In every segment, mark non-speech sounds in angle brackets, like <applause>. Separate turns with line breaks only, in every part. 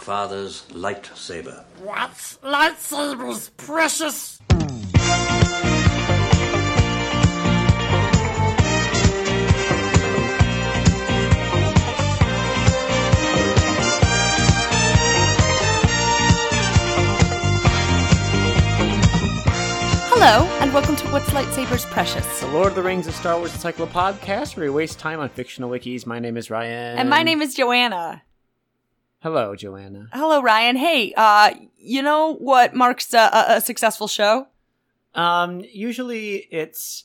father's lightsaber.
What? Lightsabers, precious!
Hello, and welcome to What's Lightsabers Precious.
The Lord of the Rings of Star Wars Encyclopedia podcast, where we waste time on fictional wikis. My name is Ryan.
And my name is Joanna.
Hello, Joanna.
Hello, Ryan. Hey, uh, you know what marks a, a, a successful show?
Um, usually it's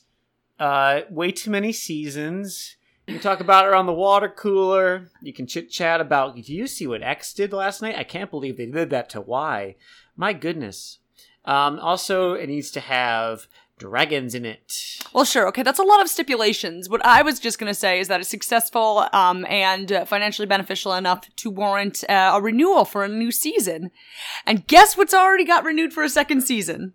uh, way too many seasons. You can talk about it around the water cooler. You can chit chat about. Do you see what X did last night? I can't believe they did that to Y. My goodness. Um, also, it needs to have dragons in it.
Well, sure. Okay, that's a lot of stipulations. What I was just going to say is that it's successful um, and uh, financially beneficial enough to warrant uh, a renewal for a new season. And guess what's already got renewed for a second season?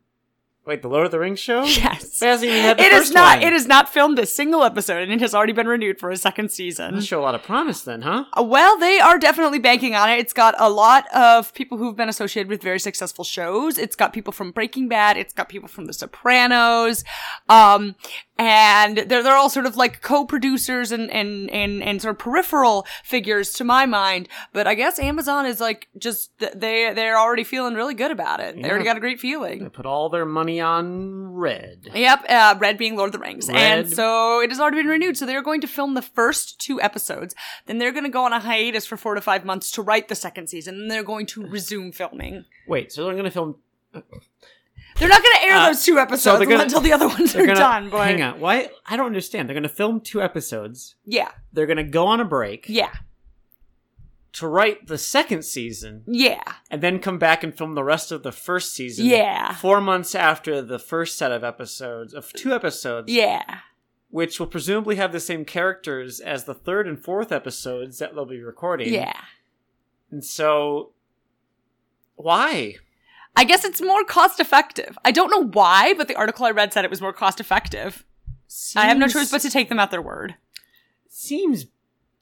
Wait, the Lord of the Rings show?
<laughs> Yes.
It hasn't even had the
It
first
is not.
one.
It has not filmed a single episode, and it has already been renewed for a second season.
Doesn't show a lot of promise, then, huh?
Uh, Well, they are definitely banking on it. It's got a lot of people who've been associated with very successful shows. It's got people from Breaking Bad. It's got people from The Sopranos. Um, and they're, they're all sort of like co-producers and, and, and, and sort of peripheral figures to my mind. But I guess Amazon is like just, th- they, they're already feeling really good about it. They already
Yeah.
got a great feeling.
They put all their money on red.
Yep, uh, Red being Lord of the Rings. And
Red.
so it has already been renewed. So they're going to film the first two episodes. Then they're going to go on a hiatus for four to five months to write the second season. And they're going to resume filming.
Wait, so they're going to film
They're not going to air
Uh,
those two episodes
so they're gonna-
until the other ones are
They're gonna-
done. But
Hang on. Why? I don't understand. They're going to film two episodes.
Yeah,
They're going to go on a break
yeah,
to write the second season
yeah.
and then come back and film the rest of the first season.
Yeah.
Four months after the first set of episodes, of two episodes,
Yeah.
which will presumably have the same characters as the third and fourth episodes that they'll be recording.
Yeah.
And so, why?
I guess it's more cost effective. I don't know why, but the article I read said it was more cost effective. I have no
Seems-
choice but to take them at their word.
Seems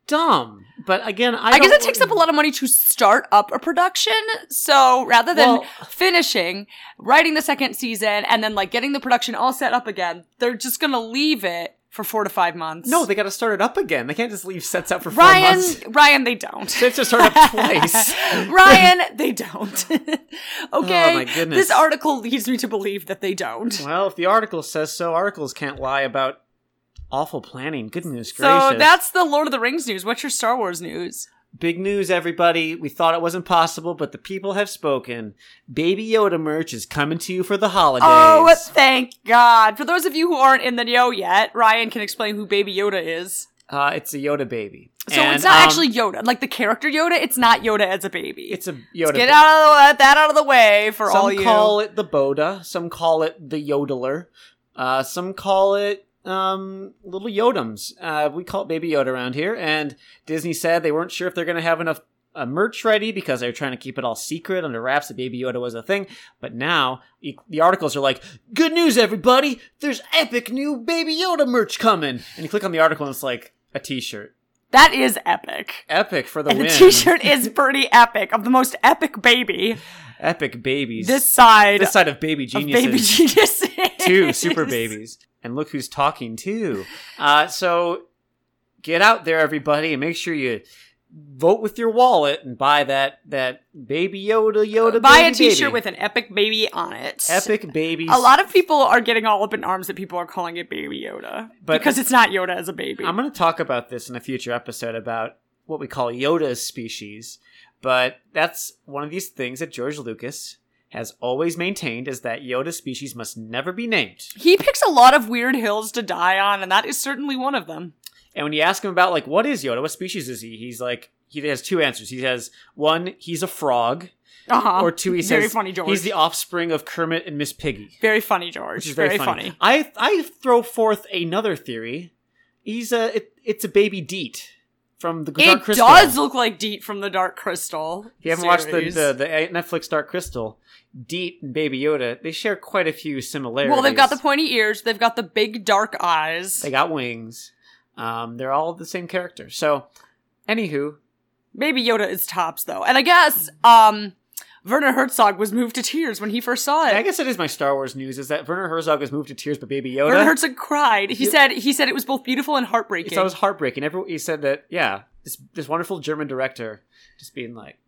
dumb. But again, I,
I, guess
don't-
it takes up a lot of money to start up a production. So rather than
Well-
finishing, writing the second season, and then like getting the production all set up again, they're just gonna leave it for four to five months.
No, they got to start it up again. They can't just leave sets out for four
Ryan,
months.
Ryan, they don't. <laughs>
They have to start up twice.
Ryan, they don't. <laughs> okay,
Oh, my goodness.
this article leads me to believe that they don't.
Well, if the article says so, articles can't lie about awful planning. Goodness gracious.
So that's the Lord of the Rings news. What's your Star Wars news?
big news, everybody. We thought it wasn't possible, but the people have spoken. Baby Yoda merch is coming to you for the holidays.
Oh, thank God. For those of you who aren't in the know yet, Ryan can explain who Baby Yoda is.
uh, it's a Yoda baby.
So
And,
it's not
um,
actually Yoda, like the character Yoda. It's not Yoda as a baby.
It's a
Get
Yoda. baby.
out of the, that out of the way for all
Some
you.
call it the Boda. Some call it the Yodeler. Uh, some call it um, Little Yodums. Uh, we call it Baby Yoda around here. And Disney said they weren't sure if they're going to have enough uh, merch ready because they were trying to keep it all secret under wraps that Baby Yoda was a thing. But now e- the articles are like, "Good news, everybody! There's epic new Baby Yoda merch coming." And you click on the article and it's like a T-shirt.
that is epic.
Epic for the
And the
win.
T-shirt is pretty epic of the most epic baby
Epic babies.
this side,
this side of baby
of
geniuses.
baby <laughs> geniuses.
two super babies and look who's talking too uh, so get out there everybody and make sure you vote with your wallet and buy that that baby yoda
<laughs>
yoda
Buy a
baby,
T-shirt
baby.
with an epic baby on it.
epic baby
A lot of people are getting all up in arms that people are calling it Baby Yoda
But-
because it's not Yoda as a baby.
i'm going to talk about this in a future episode about what we call yoda's species but that's one of these things that george lucas has always maintained is that yoda species must never be named
he picks a lot of weird hills to die on, and that is certainly one of them.
And when you ask him about like what is Yoda, what species is he? He's like he has two answers. He has one, he's a frog,
Uh-huh.
or two, he
very
says
funny, George.
he's the offspring of Kermit and Miss Piggy,
very funny, George.
which is
very,
very,
funny.
I I throw forth another theory. He's a it, it's a baby Deet from the Dark
It
Crystal.
does look like Deet from the Dark Crystal.
If you haven't watched the,
series.
the the Netflix Dark Crystal, Deet and Baby Yoda, they share quite a few similarities.
well, they've got the pointy ears. They've got the big dark eyes.
They got wings. Um, they're all the same character. So, anywho,
Baby Yoda is tops though, and I guess um, Werner Herzog was moved to tears when he first saw
I
it.
guess that is my Star Wars news: is that Werner Herzog was moved to tears by Baby Yoda.
Werner Herzog cried. He said he said it was both beautiful and heartbreaking.
So it was heartbreaking. Everyone, he said that, yeah, this this wonderful German director just being like,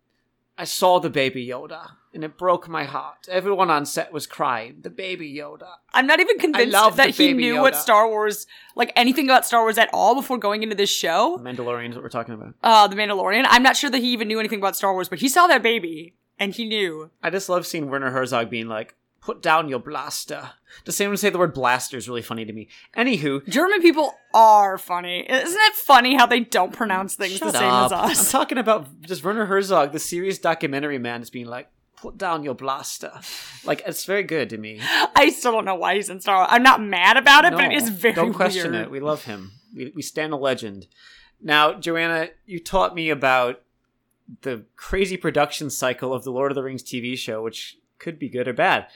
I saw the baby Yoda and it broke my heart. Everyone on set was crying. The baby Yoda.
I'm not even convinced
love
that
the
he
Baby
knew what
Yoda.
Star Wars, like anything about Star Wars at all before going into this show,
Mandalorian is what we're talking about.
uh, The Mandalorian. I'm not sure that he even knew anything about Star Wars, but he saw that baby and he knew.
I just love seeing Werner Herzog being like, put down your blaster. Does anyone say the word blaster is really funny to me? Anywho,
German people are funny. Isn't it funny how they don't pronounce things
shut
the same
up.
as us?
I'm talking about just Werner Herzog, the serious documentary man, is being like, put down your blaster. Like, it's very good to me.
I still don't know why he's in Star Wars. I'm not mad about it, <laughs> but it
No,
is very
Don't question
weird.
it. We love him. We, we stand a legend. Now, Joanna, you taught me about the crazy production cycle of the Lord of the Rings TV show, which could be good or bad.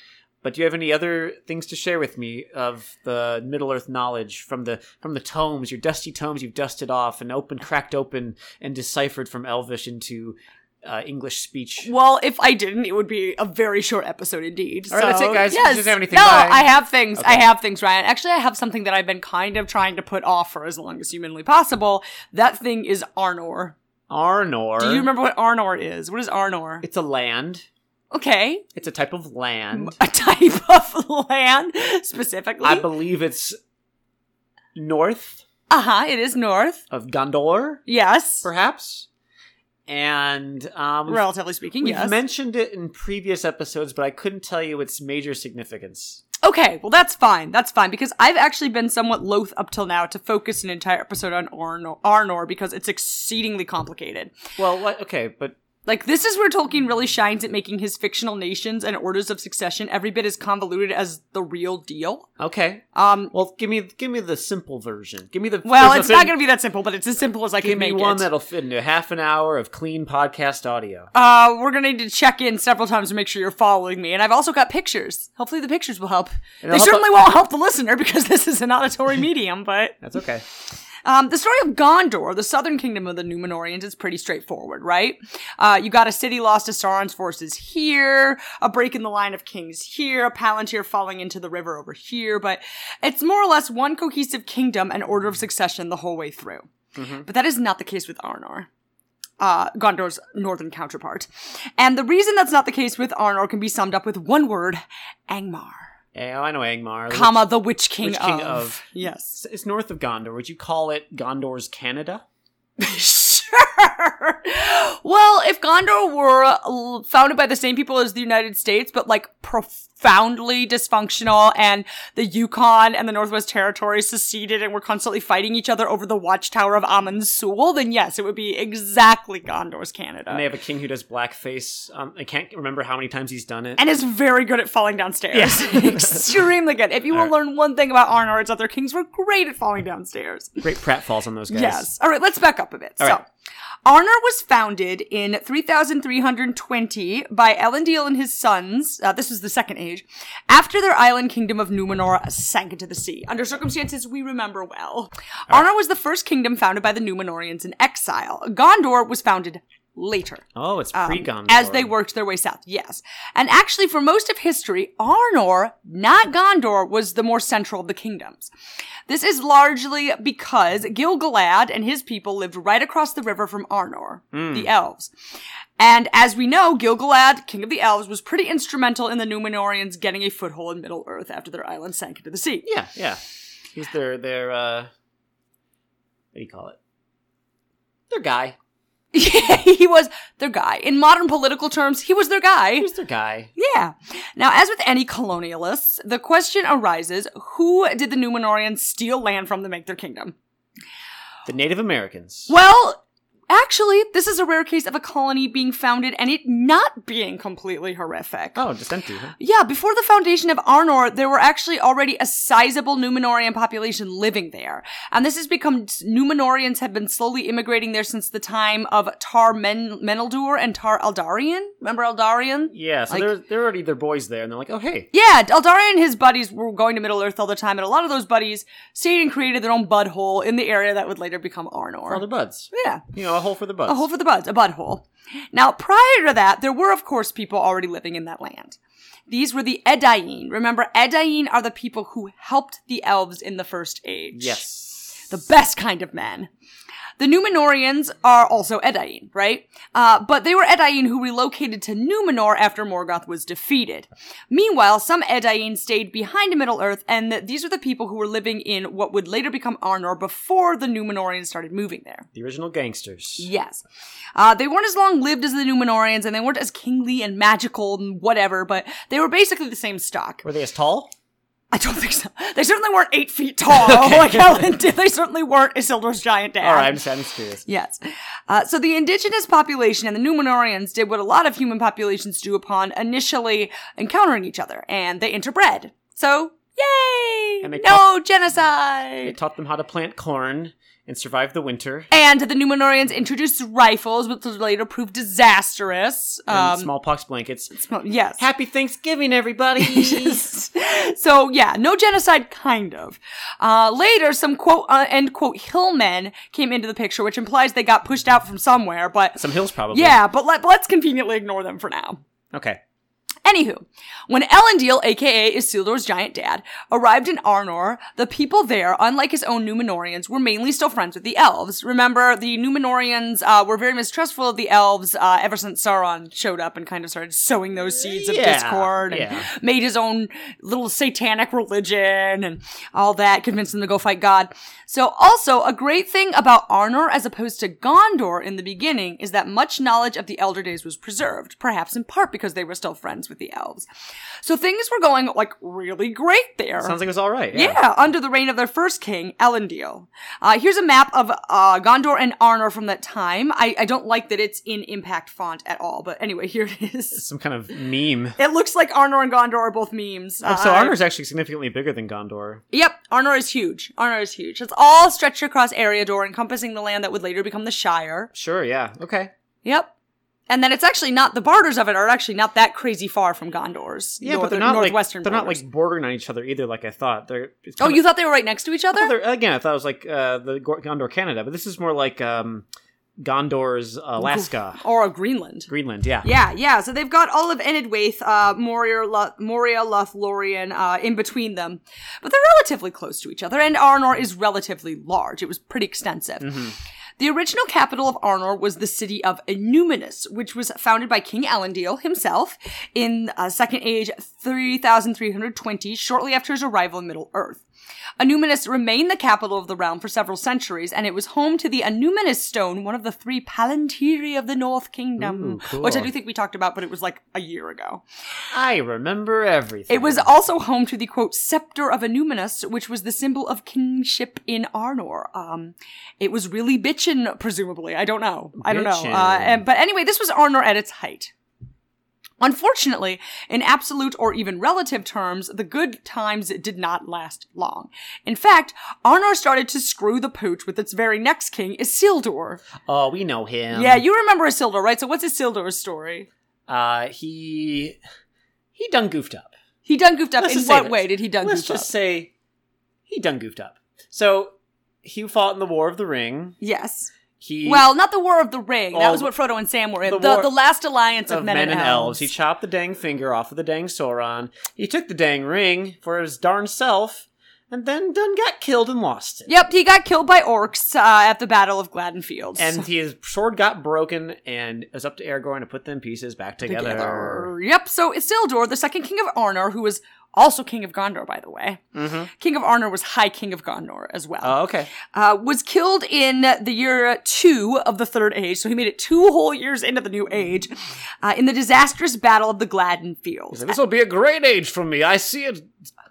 But do you have any other things to share with me of the Middle Earth knowledge from the from the tomes, your dusty tomes you've dusted off and open, cracked open, and deciphered from Elvish into uh, English speech?
Well, if I didn't, it would be a very short episode indeed.
All right, that's
So,
it, guys. If you
Yes.
didn't have anything,
no,
bye.
I have things. I have things, Ryan. Actually, I have something that I've been kind of trying to put off for as long as humanly possible. That thing is Arnor.
Arnor.
Do you remember what Arnor is? What is Arnor?
It's a land.
Okay, <laughs>
It's a type of land.
a type of <laughs> land specifically.
I believe it's north
uh huh. It is north.
of Gondor,
Yes,
perhaps. And um, we've-
relatively speaking.
we've
yes.
mentioned it in previous episodes, but I couldn't tell you its major significance.
Okay, well that's fine. That's fine because I've actually been somewhat loath up till now to focus an entire episode on Arnor, Arnor because it's exceedingly complicated.
Well, what, okay, but
Like this is where Tolkien really shines at making his fictional nations and orders of succession every bit as convoluted as the real deal.
okay.
Um
Well, give me give me the simple version. Give me the
well,
there's
it's not
nothing-
going to be that simple, but it's as simple as I
Give
can
me
make
one
it.
that'll fit into half an hour of clean podcast audio.
uh, we're gonna need to check in several times to make sure you're following me, and I've also got pictures. Hopefully, the pictures will help. they
help-
certainly won't help the listener because this is an auditory <laughs> medium, but
That's okay.
Um, the story of Gondor, the southern kingdom of the Numenorians, is pretty straightforward, right? Uh, you got a city lost to Sauron's forces here, a break in the line of kings here, a palantir falling into the river over here, but it's more or less one cohesive kingdom and order of succession the whole way through.
Mm-hmm.
But that is not the case with Arnor. Uh, Gondor's northern counterpart. And the reason that's not the case with Arnor can be summed up with one word Angmar,
Yeah, I know Angmar.
comma, the Witch King,
Witch
of.
King of.
Yes.
It's, it's north of Gondor. Would you call it Gondor's Canada?
sure. <laughs> Well, if Gondor were l- founded by the same people as the United States, but like profoundly dysfunctional, and the Yukon and the Northwest Territories seceded and were constantly fighting each other over the watchtower of Amun Sul, then yes, it would be exactly Gondor's Canada.
And
And,
they have a king who does blackface. Um, I can't remember how many times he's done it.
is very good at falling downstairs. <laughs> Extremely good. If you will learn one thing about Arnor, it's that their kings were great at falling downstairs.
Great pratfalls on those guys.
Yes. All right, let's back up a bit.
All
so,
right.
Arnor was founded in 3320 by Elendil and his sons. Uh, this was the Second Age. After their island kingdom of Numenor sank into the sea, under circumstances we remember well. Arnor was the first kingdom founded by the Numenorians in exile. Gondor was founded later
Oh, it's pre Gondor.
Um, as they worked their way south. Yes. And actually, for most of history, Arnor, not Gondor, was the more central of the kingdoms. This is largely because Gilgalad and his people lived right across the river from Arnor, the elves. And as we know, Gilgalad, king of the elves, was pretty instrumental in the Numenorians getting a foothold in Middle Earth after their island sank into the sea. <laughs>
Yeah, yeah. He's their their uh what do you call it? Their guy.
he was their guy. In modern political terms, he was their guy.
He's their guy.
Yeah. Now, as with any colonialists, the question arises who did the Numenorians steal land from to make their kingdom?
The Native Americans.
Well, actually, this is a rare case of a colony being founded and it not being completely horrific.
Oh, just empty,
<laughs>
huh?
Yeah, before the foundation of Arnor, there were actually already a sizable Numenorian population living there. And this has become Numenorians have been slowly immigrating there since the time of Tar Men- Meneldur and Tar Eldarion. Remember Eldarion?
Yeah, so
Like-
they're they're already their boys there and they're like, Oh hey.
Yeah, Eldari and his buddies were going to Middle Earth all the time, and a lot of those buddies stayed and created their own bud hole in the area that would later become
All their
Arnor.
buds.
<laughs> Yeah.
You know, a hole for the bugs.
A hole for the buds, a butthole. Now, prior to that, there were, of course, people already living in that land. These were the Edain. Remember, Edain are the people who helped the elves in the First Age. <laughs>
yes.
The best kind of men. The Numenorians are also Edain, right? Uh, but they were Edain who relocated to Numenor after Morgoth was defeated. Meanwhile, some Edain stayed behind in Middle Earth, and th- these are the people who were living in what would later become Arnor before the Numenorians started moving there.
The original gangsters.
Yes. Uh, they weren't as long lived as the Numenorians and they weren't as kingly and magical and whatever, but they were basically the same stock.
Were they as tall?
I don't think so. They certainly weren't eight feet
<laughs>
tall like Helen did. They certainly weren't Isildur's giant dad.
All right, I'm just, I'm just curious.
Yes. Uh, so the indigenous population and the Numenorians did what a lot of human populations do upon initially encountering each other, and they interbred. So, yay!
And
No
they call-
genocide!
They taught them how to plant corn and survive the winter.
And the Numenorians introduced rifles, which was later proved disastrous.
and smallpox blankets.
Sm- yes.
Happy Thanksgiving, <laughs> everybody!
so yeah, no genocide, kind of. Uh, later, some quote uh, end quote hillmen came into the picture, which implies they got pushed out from somewhere. But
Some hills, probably.
yeah, but let, let's conveniently ignore them for now.
Okay.
Anywho, when Elendil, aka Isildur's giant dad, arrived in Arnor, the people there, unlike his own Numenorians, were mainly still friends with the elves. Remember, the Numenorians uh, were very mistrustful of the elves uh, ever since Sauron showed up and kind of started sowing those seeds of
Yeah,
discord and
yeah.
made his own little satanic religion and all that, convinced them to go fight God. So, also, a great thing about Arnor as opposed to Gondor in the beginning is that much knowledge of the Elder Days was preserved, perhaps in part because they were still friends with the elves. So, things were going like really great there.
Sounds like it was all right.
yeah. under the reign of their first king, Elendil. Uh, here's a map of uh, Gondor and Arnor from that time. I, I don't like that it's in impact font at all, but anyway, here it is.
Some kind of meme.
It looks like Arnor and Gondor are both memes.
Oh, so
Uh,
Arnor's actually significantly bigger than Gondor.
Yep, Arnor is huge. Arnor is huge. It's all stretched across Eriador, encompassing the land that would later become the Shire.
Sure, yeah. Okay.
Yep. And then it's actually not the borders of it are actually not that crazy far from Gondor's.
Yeah,
north-
but they're not like
northwestern.
they're not
borders.
like bordering on each other either, like I thought. They're it's
Oh,
kinda-
you thought they were right next to each other?
Well, they're- again, I thought it was like uh, the Gor- Gondor, Canada, but this is more like um, Gondor's Alaska,
or Greenland.
Greenland. Yeah.
Yeah, yeah. So they've got all of Enidwaith, uh, Moria, Lo- Moria, Lothlorien, uh, in between them, but they're relatively close to each other, and Arnor is relatively large. It was pretty extensive. The original capital of Arnor was the city of Enuminus, which was founded by King Elendil himself in uh, Second Age 3320, shortly after his arrival in Middle Earth. Enuminus remained the capital of the realm for several centuries, and it was home to the Enuminus Stone, one of the three Palantiri of the North Kingdom,
Ooh, cool.
which I do think we talked about, but it was like a year ago.
I remember everything.
It was also home to the quote scepter of Enuminus, which was the symbol of kingship in Arnor. Um, it was really bitchin', presumably. I don't know. I don't know. Uh,
Bitchin'.
and, but anyway, this was Arnor at its height. Unfortunately, in absolute or even relative terms, the good times did not last long. In fact, Arnor started to screw the pooch with its very next king, Isildur.
Oh, we know him.
yeah, you remember Isildur, right? So what's Isildur's story?
Uh, he he done goofed up.
He done goofed up.
Let's
in
just say
what
this.
way did he done
Let's
goof
just
up?
say he done goofed up. So he fought in the War of the Ring.
yes.
He
Well, not the War of the Ring. that
Oh,
was what Frodo and Sam were in. The,
the
the,
War
last alliance of,
of men, and elves. He
elves.
chopped the dang finger off of the dang Sauron. He took the dang ring for his darn self, and then done got killed and lost it.
Yep, he got killed by orcs uh, at the Battle of Gladden Fields.
And his sword got broken, and it was up to Aragorn to put them pieces back together.
Yep, so Isildur, the second king of Arnor, who was also king of Gondor, by the way. King of Arnor was high king of Gondor as well.
Mm-hmm. Oh, okay.
uh, was killed in the year two of the Third Age, so he made it two whole years into the New Age, uh, in the disastrous Battle of the Gladden Fields.
This will be a great age for me. I see it.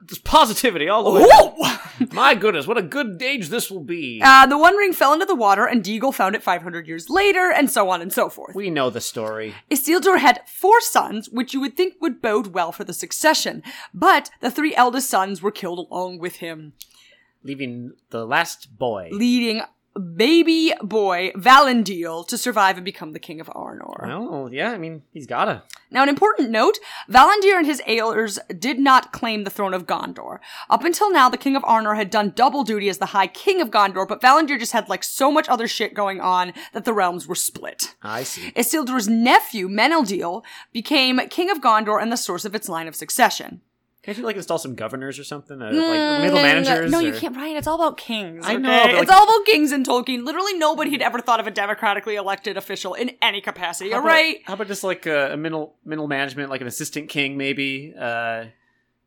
There's positivity all the way.
Whoa!
My goodness, what a good age this will be.
Uh, the One Ring fell into the water, and Deagle found it 500 years later, and so on and so forth.
we know the story.
Isildur had four sons, which you would think would bode well for the succession, but the three eldest sons were killed along with him,
Leaving the last boy.
leading baby boy Valendil to survive and become the king of Arnor.
well, yeah, I mean, he's gotta.
Now, an important note, Valandir and his heirs did not claim the throne of Gondor. Up until now, the King of Arnor had done double duty as the High King of Gondor, but Valandir just had like so much other shit going on that the realms were split.
I see.
Isildur's nephew, Meneldeal, became King of Gondor and the source of its line of succession.
Can't you like install some governors or something? Uh, like middle managers?
No,
or...
you can't, Brian. It's all about kings.
I
okay?
know, but, like-
it's all about kings in Tolkien. Literally, nobody had ever thought of a democratically elected official in any capacity.
How
All
about-
right,
How about just like a, a middle middle management, like an assistant king, maybe? Uh,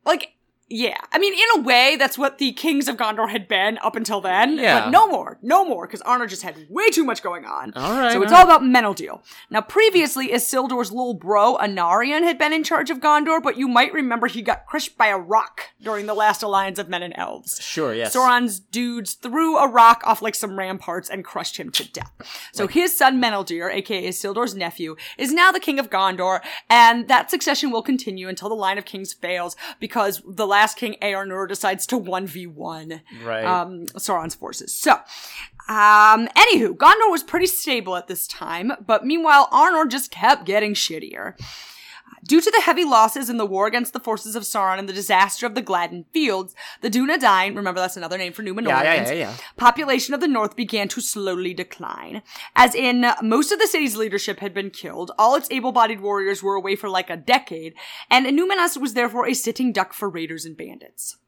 like yeah. I mean, in a way, that's what the kings of Gondor had been up until then.
Yeah.
But no more, no more, because Arnor just had way too much going on.
all right.
So it's all about Meneldeal. Now, previously, Isildur's little bro, Anarion, had been in charge of Gondor, but you might remember he got crushed by a rock during the last alliance of men and elves.
Sure, yes.
Sauron's dudes threw a rock off like some ramparts and crushed him to death. So his son Meneldir, aka Isildur's nephew, is now the king of Gondor, and that succession will continue until the line of kings fails because the last king Aenir decides to 1v1
Right.
um, Sauron's forces. So, um, anywho, Gondor was pretty stable at this time, but meanwhile, Arnor just kept getting shittier. Due to the heavy losses in the war against the forces of Sauron and the disaster of the Gladden Fields, the Dunedain, remember that's another name for Numenorians,
Yeah, yeah, yeah, yeah.
population of the north began to slowly decline. As in, most of the city's leadership had been killed, all its able-bodied warriors were away for like a decade, and Numenas was therefore a sitting duck for raiders and bandits.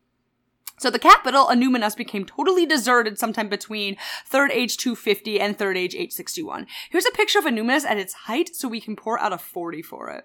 So the capital, Anuminas, became totally deserted sometime between 3rd age 250 and 3rd age 861. Here's a picture of Anuminas at its height so we can pour out a 40 for it.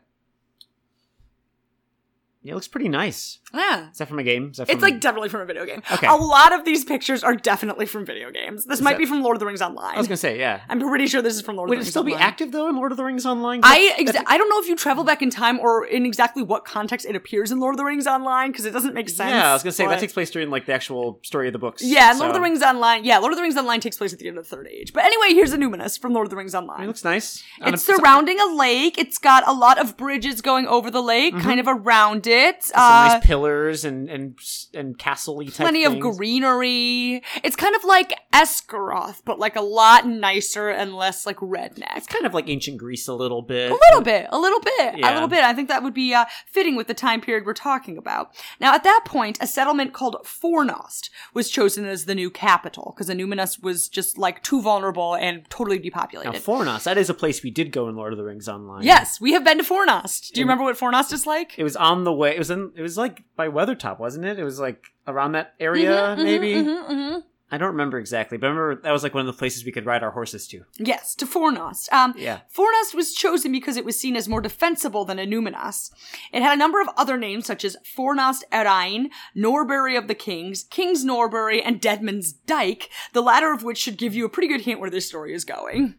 yeah, it looks pretty nice.
Yeah.
Is that from a game? Is that from...
It's like definitely from a video game.
Okay.
A lot of these pictures are definitely from video games. This might
that-
be from Lord of the Rings Online.
I was gonna say, yeah.
I'm pretty sure this is from Lord of
Would
the
it
Rings
still be
Online.
active though in Lord of the Rings Online?
I exa- I don't know if you travel back in time or in exactly what context it appears in Lord of the Rings Online because it doesn't make sense.
yeah, I was gonna say that
but-
takes place during like the actual story of the books.
Yeah, and Lord
so-
of the Rings Online. Yeah, Lord of the Rings Online takes place at the end of the Third Age. But anyway, here's Anuminus from Lord of the Rings Online.
It looks nice. On
It's
a-
surrounding a lake. It's got a lot of bridges going over the lake, kind of around it. Uh,
some Mm-hmm. nice pillars and and and castle type
plenty of
things.
greenery. It's kind of like Escaroth, but like a lot nicer and less like redneck.
kind of like ancient Greece a little bit.
A little bit, a little bit, a
Yeah.
little bit. I think that would be uh, fitting with the time period we're talking about. Now, at that point, a settlement called Fornost was chosen as the new capital because Anuminus was just like too vulnerable and totally
Now,
depopulated.
Fornos, that is a place we did go in Lord of the Rings Online.
yes, we have been to Fornost. Do you remember what Fornost is like?
It was on the way. It was in. It was like by Weathertop, wasn't it? It was like around that area,
Mm-hmm,
maybe. I don't remember exactly, but I remember that was like one of the places we could ride our horses to.
Yes, to Fornost. Um,
Yeah.
Fornost was chosen because it was seen as more defensible than Enumenas. It had a number of other names such as Fornost Erain, Norbury of the Kings, King's Norbury, and Deadman's Dyke, the latter of which should give you a pretty good hint where this story is
<laughs>
going.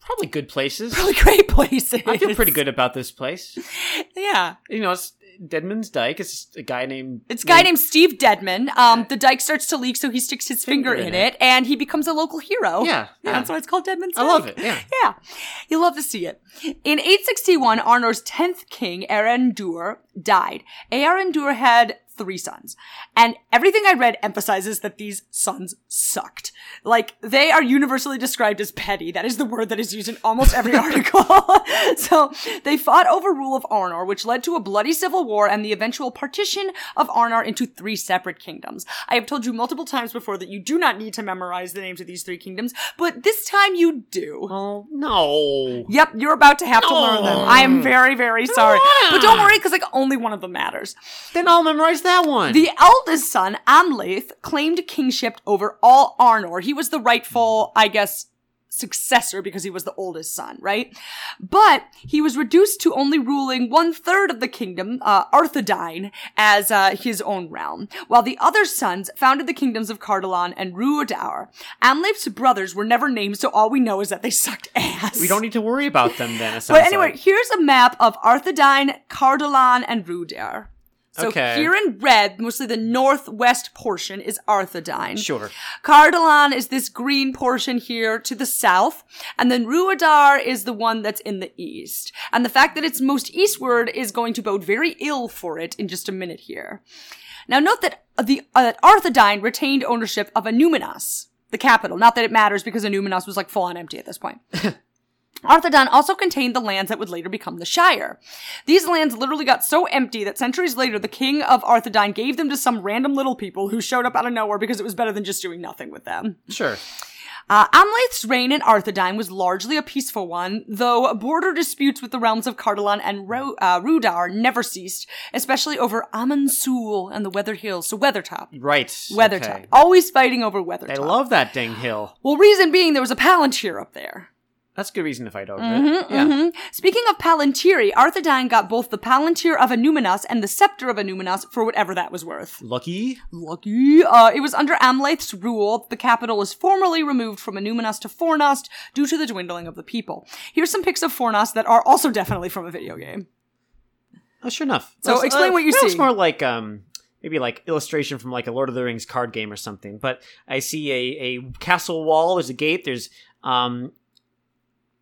Probably good places.
Really great places.
I feel pretty good about this place.
Yeah.
You know, it's Deadman's Dyke. It's a guy named.
It's a guy named Steve Deadman. Um, the dyke starts to leak, so he sticks his finger,
Finger
in
in
it, and he becomes a local hero.
Yeah, yeah.
That's why it's called Deadman's
I love
Dyke.
it. Yeah.
Yeah, you love to see it. In 861, Arnor's 10th king, Erendur, died. Erendur had three sons. And everything I read emphasizes that these sons sucked. Like, they are universally described as petty. That is the word that is used in almost every article. <laughs> so, they fought over rule of Arnor, which led to a bloody civil war and the eventual partition of Arnor into three separate kingdoms. I have told you multiple times before that you do not need to memorize the names of these three kingdoms, but this time you do.
Oh no.
Yep, you're about to have to learn them. I am very, very sorry. But don't worry, because like only one of them matters.
Then I'll memorize that one.
The eldest son, Amleth, claimed kingship over all Arnor. He was the rightful, I guess, successor because he was the oldest son, right? But he was reduced to only ruling one third of the kingdom, uh, Arthedain, as uh, his own realm, while the other sons founded the kingdoms of Cardolan and Ruadaur. Amleth's brothers were never named, so all we know is that they sucked ass.
we don't need to worry about them then. It
But
sounds
anyway,
like.
here's a map of Arthedain, Cardolan, and Rudair. So
Okay.
here in red, mostly the northwest portion is Arthedain.
sure.
Cardolan is this green portion here to the south, and then Ruadar is the one that's in the east. And the fact that it's most eastward is going to bode very ill for it in just a minute here. Now note that the uh, that Arthedain retained ownership of Anuminas, the capital. Not that it matters because Anuminas was like full on empty at this point. Arthedain also contained the lands that would later become the Shire. These lands literally got so empty that centuries later the king of Arthedain gave them to some random little people who showed up out of nowhere because it was better than just doing nothing with them.
Sure.
Uh, Amleth's reign in Arthedain was largely a peaceful one, though border disputes with the realms of Cardolan and Ro- uh, Rudar never ceased, especially over Amansul and the Weather Hills, so Weathertop.
Right.
Weathertop.
Okay.
Always fighting over Weathertop.
I love that dang hill.
well, reason being there was a Palantir up there.
That's a good reason to fight over it.
Mhm,
Yeah.
mhm. Speaking of Palantiri, Arthedain got both the Palantir of Anuminas and the Scepter of Anuminas for whatever that was worth.
Lucky.
Lucky. Uh, it was under Amleth's rule that the capital was formally removed from Anuminas to Fornost due to the dwindling of the people. Here's some pics of Fornost that are also definitely from a video game.
Oh, sure enough.
So
That's- uh,
explain what you
that looks
see.
more like um maybe like illustration from like a Lord of the Rings card game or something. But I see a a castle wall. There's a gate. There's um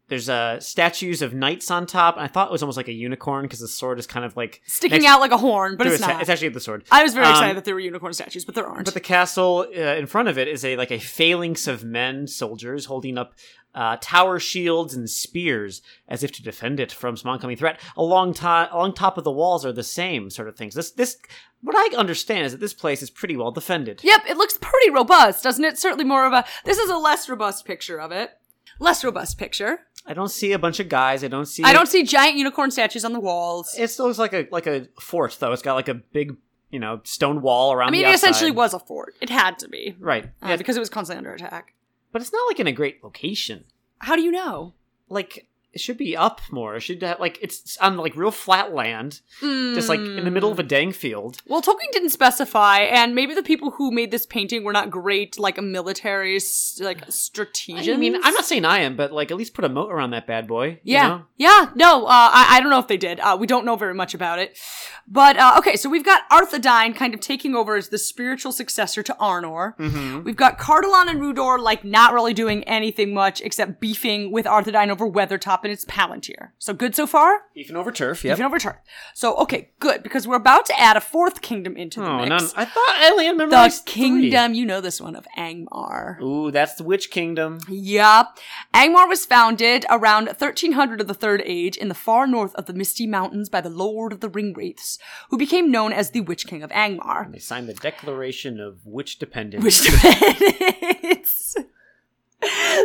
there's uh statues of knights on top. And I thought it was almost like a unicorn because the sword is kind of like
Sticking
next
out like a horn, but
to
it's
its head.
not.
It's actually the sword.
I was very
Um,
excited that there were unicorn statues, but there aren't.
But the castle uh, in front of it is a like a phalanx of men soldiers holding up uh, tower shields and spears as if to defend it from some oncoming threat. Along to- along top of the walls are the same sort of things. This this what I understand is that this place is pretty well defended.
Yep, it looks pretty robust, doesn't it? Certainly more of a. This is a less robust picture of it. Less robust picture.
I don't see a bunch of guys. I don't see.
I don't see giant unicorn statues on the walls.
It still looks like a like a fort though. It's got like a big you know stone wall around.
I mean,
the
it essentially
outside.
was a fort. It had to be
right.
uh,
Yeah,
because it was constantly under attack.
but it's not like in a great location.
How do you know?
Like it should be up more. It should have, like it's on like real flat land. just like in the middle
Mm.
of a dang field.
Well, Tolkien didn't specify, and maybe the people who made this painting were not great, like military, s- like strategians.
I mean, I'm not saying I am, but like at least put a moat around that bad boy. you
Yeah,
know?
yeah, no, uh, I, I don't know if they did. Uh, we don't know very much about it. But, uh, okay, so we've got Arthedain kind of taking over as the spiritual successor to Arnor.
Mm-hmm.
We've got Cardolan and Rudor, like, not really doing anything much except beefing with Arthedain over Weathertop and its Palantir. So good so far?
Even over turf. Yep.
Even over turf. So, okay, good, because we're about to add a fourth kingdom into the
oh,
mix.
none, I thought I only had memorized
the
three.
kingdom, you know this one, of Angmar.
Ooh, that's the witch kingdom.
Yeah. Angmar was founded around 1300 of the Third Age in the far north of the Misty Mountains by the Lord of the Ringwraiths, who became known as the Witch King of Angmar.
They signed the Declaration of Witch Dependence.
Which <laughs> depends.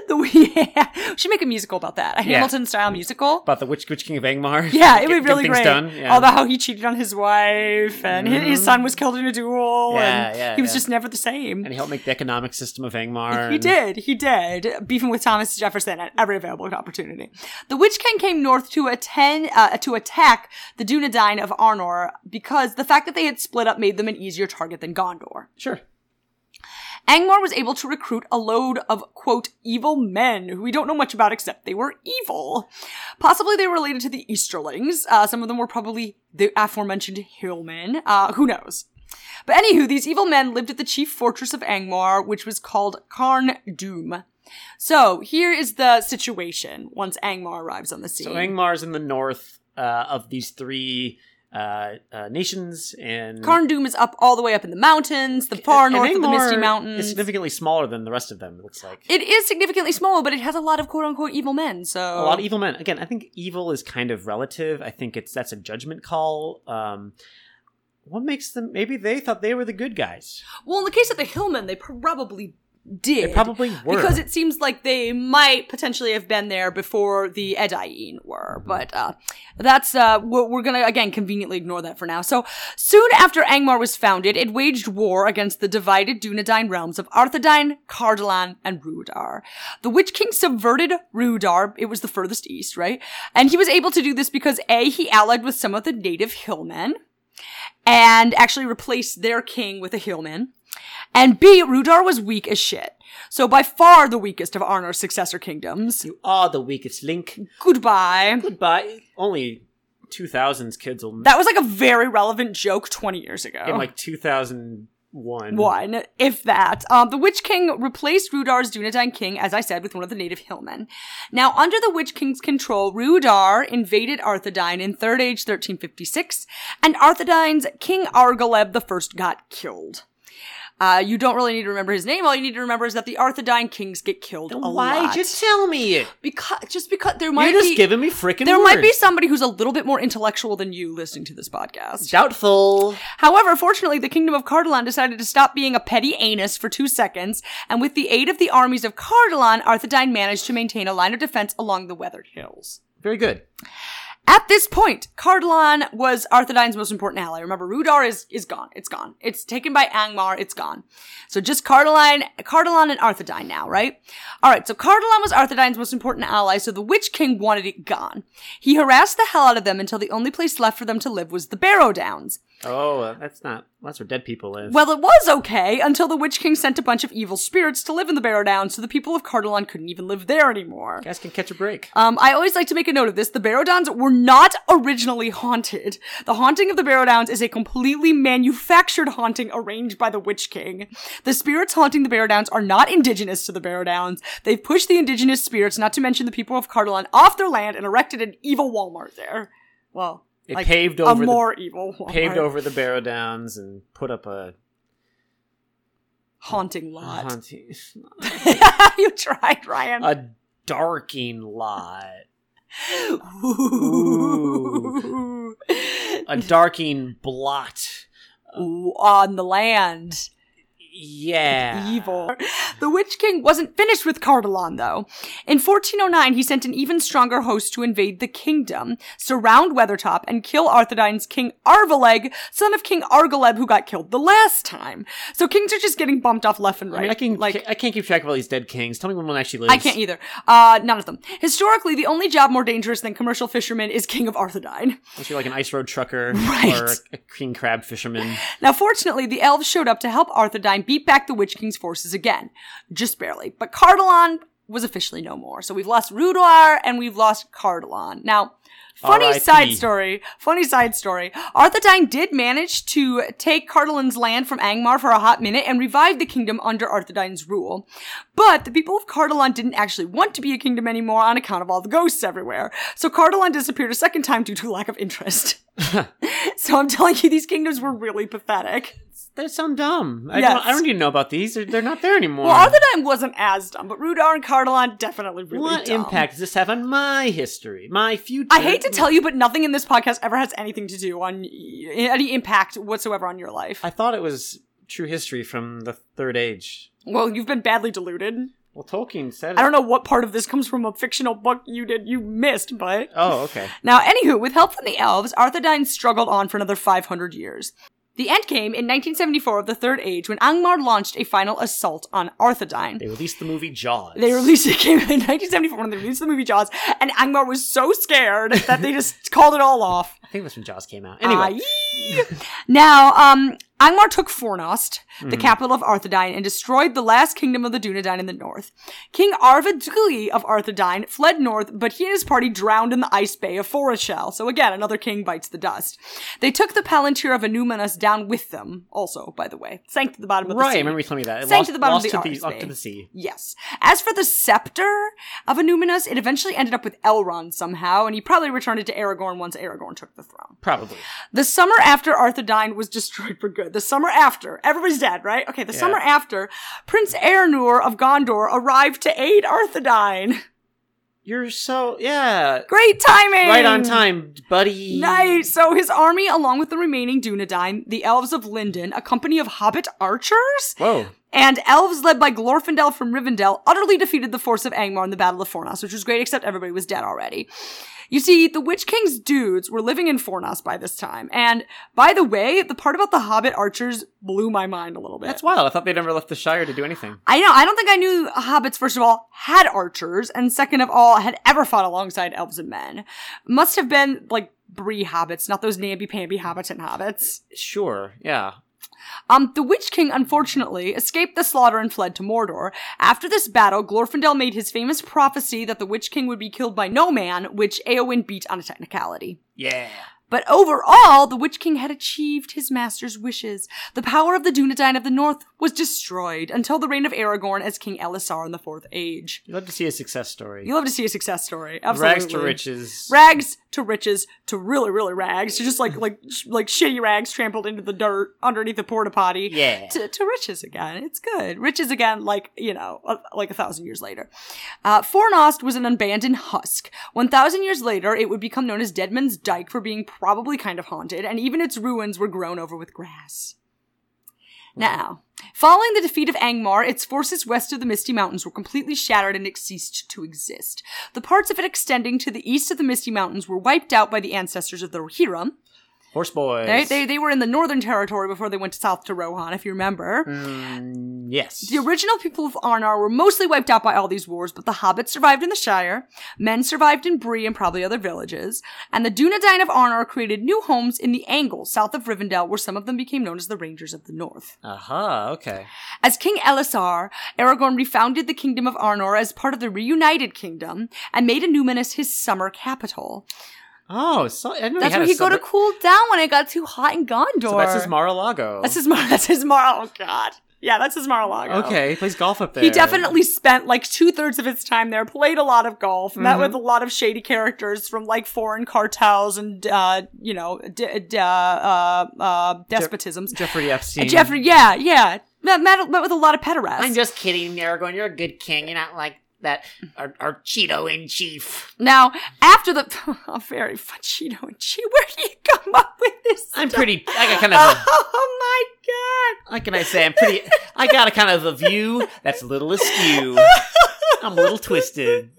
the <laughs> we, yeah. we should make a musical about that. A
Yeah.
Hamilton style musical.
about the witch, witch king of Angmar.
Yeah, it
Get-
would be
get
really
things
great.
Done. Yeah. Mm-hmm.
Although how he cheated on his wife and hi- his son was killed in a duel
Yeah,
and
yeah,
he was
yeah.
just never the same.
and he helped make the economic system of Angmar.
He
and-
did. He did. Beefing with Thomas Jefferson at every available opportunity. The Witch King came north to attend uh, to attack the Dunedain of Arnor because the fact that they had split up made them an easier target than Gondor.
Sure.
Angmar was able to recruit a load of, quote, evil men who we don't know much about except they were evil. Possibly they were related to the Easterlings. Uh, some of them were probably the aforementioned Hillmen. Uh, who knows? But anywho, these evil men lived at the chief fortress of Angmar, which was called Karn Doom. So here is the situation once Angmar arrives on the scene.
So Angmar's in the north uh, of these three uh, uh, nations, and
Karn Doom is up all the way up in the mountains, the far
and
north of the Misty
Angmar
Mountains.
is significantly smaller than the rest of them. It looks like
it is significantly small, but it has a lot of quote unquote evil men, so.
a lot of evil men. Again, I think evil is kind of relative. I think it's that's a judgment call. Um, what makes them? Maybe they thought they were the good guys.
Well, in the case of the Hillmen, they probably did.
They probably were
Because it seems like they might potentially have been there before the Edain
Mm-hmm.
were, but uh, that's uh, we're, we're gonna again conveniently ignore that for now. So soon after Angmar was founded, it waged war against the divided Dunedain realms of Arthedain, Cardolan, and Rudar. The Witch King subverted Rudar. It was the furthest east, right? And he was able to do this because a he allied with some of the native hillmen and actually replaced their king with a hillman. And B, Rudar was weak as shit. So by far the weakest of Arnor's successor kingdoms.
you are the weakest link.
Goodbye.
Goodbye. Only two thousands kids will
That Oh. was like a very relevant joke 20 years ago.
in like two thousand one.
one, if that. Um, the Witch King replaced Rudar's Dunedain king, as I said, with one of the native hillmen. Now, under the Witch King's control, Rudar invaded Arthedain in Third Age 1356, and Arthedain's King Argaleb I got killed. Uh, you don't really need to remember his name. All you need to remember is that the Arthedain kings get killed a lot.
Why'd you tell me it?
because just because there might
You're just
be
giving me freaking
there might be
words.
somebody who's a little bit more intellectual than you listening to this podcast.
doubtful.
However, fortunately, the kingdom of Cardolan decided to stop being a petty anus for two seconds, and with the aid of the armies of Cardolan, Arthedain managed to maintain a line of defense along the weathered hills.
Very good.
At this point, Cardolan was Arthedain's most important ally. Remember, Rudar is is gone. It's gone. It's taken by Angmar. It's gone. So just Cardolan, Cardolan and Arthedain now, right? All right. So Cardolan was Arthedain's most important ally. So the Witch King wanted it gone. He harassed the hell out of them until the only place left for them to live was the Barrow Downs.
Oh, uh, that's not. That's where dead people live.
Well, it was okay until the Witch King sent a bunch of evil spirits to live in the Barrow Downs, so the people of Cardolan couldn't even live there anymore.
guys can catch a break.
Um, I always like to make a note of this. The Barrow Downs were not originally haunted. The haunting of the Barrow Downs is a completely manufactured haunting arranged by the Witch King. The spirits haunting the Barrow Downs are not indigenous to the Barrow Downs. They've pushed the indigenous spirits, not to mention the people of Cardolan, off their land and erected an evil Walmart there. Well,
They
like,
paved
a
over the-
more evil Walmart.
<laughs> Paved over the Barrow Downs and put up a
haunting <laughs> lot.
haunting, Uh,
you tried, Ryan.
a darking lot,
Ooh.
a darking blot.
Ooh, <laughs> on the land.
Yeah,
Evil. The Witch King wasn't finished with Cardolan, though. In 1409, he sent an even stronger host to invade the kingdom, surround Weathertop, and kill Arthedain's King Arvaleg, son of King Argaleb, who got killed the last time. So kings are just getting bumped off left and right.
I mean, I can
like,
like I can't keep track of all these dead kings. Tell me when one actually lives.
I can't either. Uh, none of them. Historically, the only job more dangerous than commercial fishermen is King of Arthedain.
Unless you're like an ice road trucker
<laughs> Right.
or a king
<gasps>
crab fisherman.
Now, fortunately, the elves showed up to help Arthedain beat back the Witch King's forces again. Just barely. But Cardolan was officially no more. So we've lost Rudoir and we've lost Cardolan. Now, funny
R.I.P..
side story. Funny side story. Arthedain did manage to take Cardolan's land from Angmar for a hot minute and revive the kingdom under Arthedain's rule. But the people of Cardolan didn't actually want to be a kingdom anymore on account of all the ghosts everywhere. So Cardolan disappeared a second time due to lack of interest. <laughs> So I'm telling you, these kingdoms were really pathetic.
They sound dumb. I,
Yes.
don't, I don't even know about these. They're, they're not there anymore.
Well, Arthedain wasn't as dumb, but Rudar and Cardolan definitely really
what
dumb.
impact does this have on my history, my future?
I hate to tell you, but nothing in this podcast ever has anything to do on any impact whatsoever on your life.
I thought it was true history from the Third Age.
Well, you've been badly deluded.
Well, Tolkien said.
I don't know what part of this comes from a fictional book you did you missed, but
Oh, okay.
Now, anywho, with help from the elves, Arthedain struggled on for another 500 years. The end came in 1974 of the Third Age when Angmar launched a final assault on Arthedain.
They released the movie Jaws.
They released it came in 1974 when they released the movie Jaws, and Angmar was so scared that they just <laughs> called it all off.
I think that's when Jaws came out. Anyway,
Ah, yee. now, um, Angmar took Fornost,
Mm.
the capital of Arthedain, and destroyed the last kingdom of the Dunedain in the north. King Arveduli of Arthedain fled north, but he and his party drowned in the ice bay of Forishell. So again, another king bites the dust. They took the Palantir of Enumenus down with them, also, by the way. Sank to the bottom of the
right?
sea.
I remember you telling me that. It
Sank
lost,
to the bottom
lost
of the
to
Arctic
the, up to
Bay.
the sea.
Yes. As for the scepter of Enumenus, it eventually ended up with Elrond somehow, and he probably returned it to Aragorn once Aragorn took the throne.
Probably.
The summer after Arthedain was <laughs> destroyed for good, the summer after, everybody's dead, right? Okay, the summer after, Prince Aernur of Gondor arrived to aid Arthedain.
You're so yeah.
<laughs> Great timing!
Right on time, buddy.
Nice. So his army, along with the remaining Dunedain, the elves of Lindon, a company of hobbit archers,
Whoa.
and elves led by Glorfindel from Rivendell utterly defeated the force of Angmar in the Battle of Fornos, which was great, except everybody was dead already. You see, the Witch King's dudes were living in Fornos by this time, and by the way, the part about the Hobbit archers blew my mind a little bit.
That's wild. I thought they'd never left the Shire to do anything.
I know. I don't think I knew hobbits, first of all, had archers, and second of all, had ever fought alongside elves and men. Must have been, like, Bree hobbits, not those namby-pamby hobbiton hobbits.
Sure. Yeah.
Um, the Witch King, unfortunately, escaped the slaughter and fled to Mordor. After this battle, Glorfindel made his famous prophecy that the Witch King would be killed by no man, which Eowyn beat on a technicality.
Yeah.
But overall, the Witch King had achieved his master's wishes. The power of the Dunedain of the North was destroyed until the reign of Aragorn as King Elisar in the Fourth Age.
You love to see a success story.
You love to see a success story. Absolutely.
Rags to riches.
Rags to riches to really really rags to just like like sh- like shitty rags trampled into the dirt underneath the porta potty
Yeah.
to, to riches again. It's good. Riches again, like, you know, uh, like a thousand years later. Uh, Fornost was an abandoned husk. One thousand years later, it would become known as Deadman's Dyke for being probably kind of haunted, and even its ruins were grown over with grass. Now, following the defeat of Angmar, its forces west of the Misty Mountains were completely shattered and it ceased to exist. The parts of it extending to the east of the Misty Mountains were wiped out by the ancestors of the Rohirrim,
Horse boys.
they, they, they were in the northern territory before they went south to Rohan, if you remember.
Mm, yes.
The original people of Arnar were mostly wiped out by all these wars, but the hobbits survived in the Shire, men survived in Bree and probably other villages, and the Dunedain of Arnar created new homes in the Angle, south of Rivendell, where some of them became known as the Rangers of the North.
Aha, Uh-huh, okay.
As King Elisar, Aragorn refounded the Kingdom of Arnor as part of the reunited kingdom and made Numenus his summer capital.
Oh, so, I didn't know
That's
had
where
a
he go to
suburb-
cool down when it got too hot in Gondor.
So that's his Mar-a-Lago.
That's his Mar. <laughs> That's his Mar. Oh God. Yeah, that's his Mar-a-Lago.
Okay, he plays golf up there.
He definitely spent like two thirds of his time there. Played a lot of golf. Met
Mhm.
with a lot of shady characters from like foreign cartels and uh, you know d- d- uh, uh, uh, despotisms.
Jeffrey Epstein.
And Jeffrey, yeah, yeah. Met, met, met with a lot of pederasts.
I'm just kidding, Aragorn. You're a good king. You're not like that. Our, our Cheeto in chief.
now, after the <laughs> oh, very Fuchino and Chi, where do you come up with this?
<laughs> I'm pretty. I
<laughs>
got kind of. A,
oh my god!
what can I say? I'm pretty. I got a kind of a view that's a little askew. I'm a little twisted.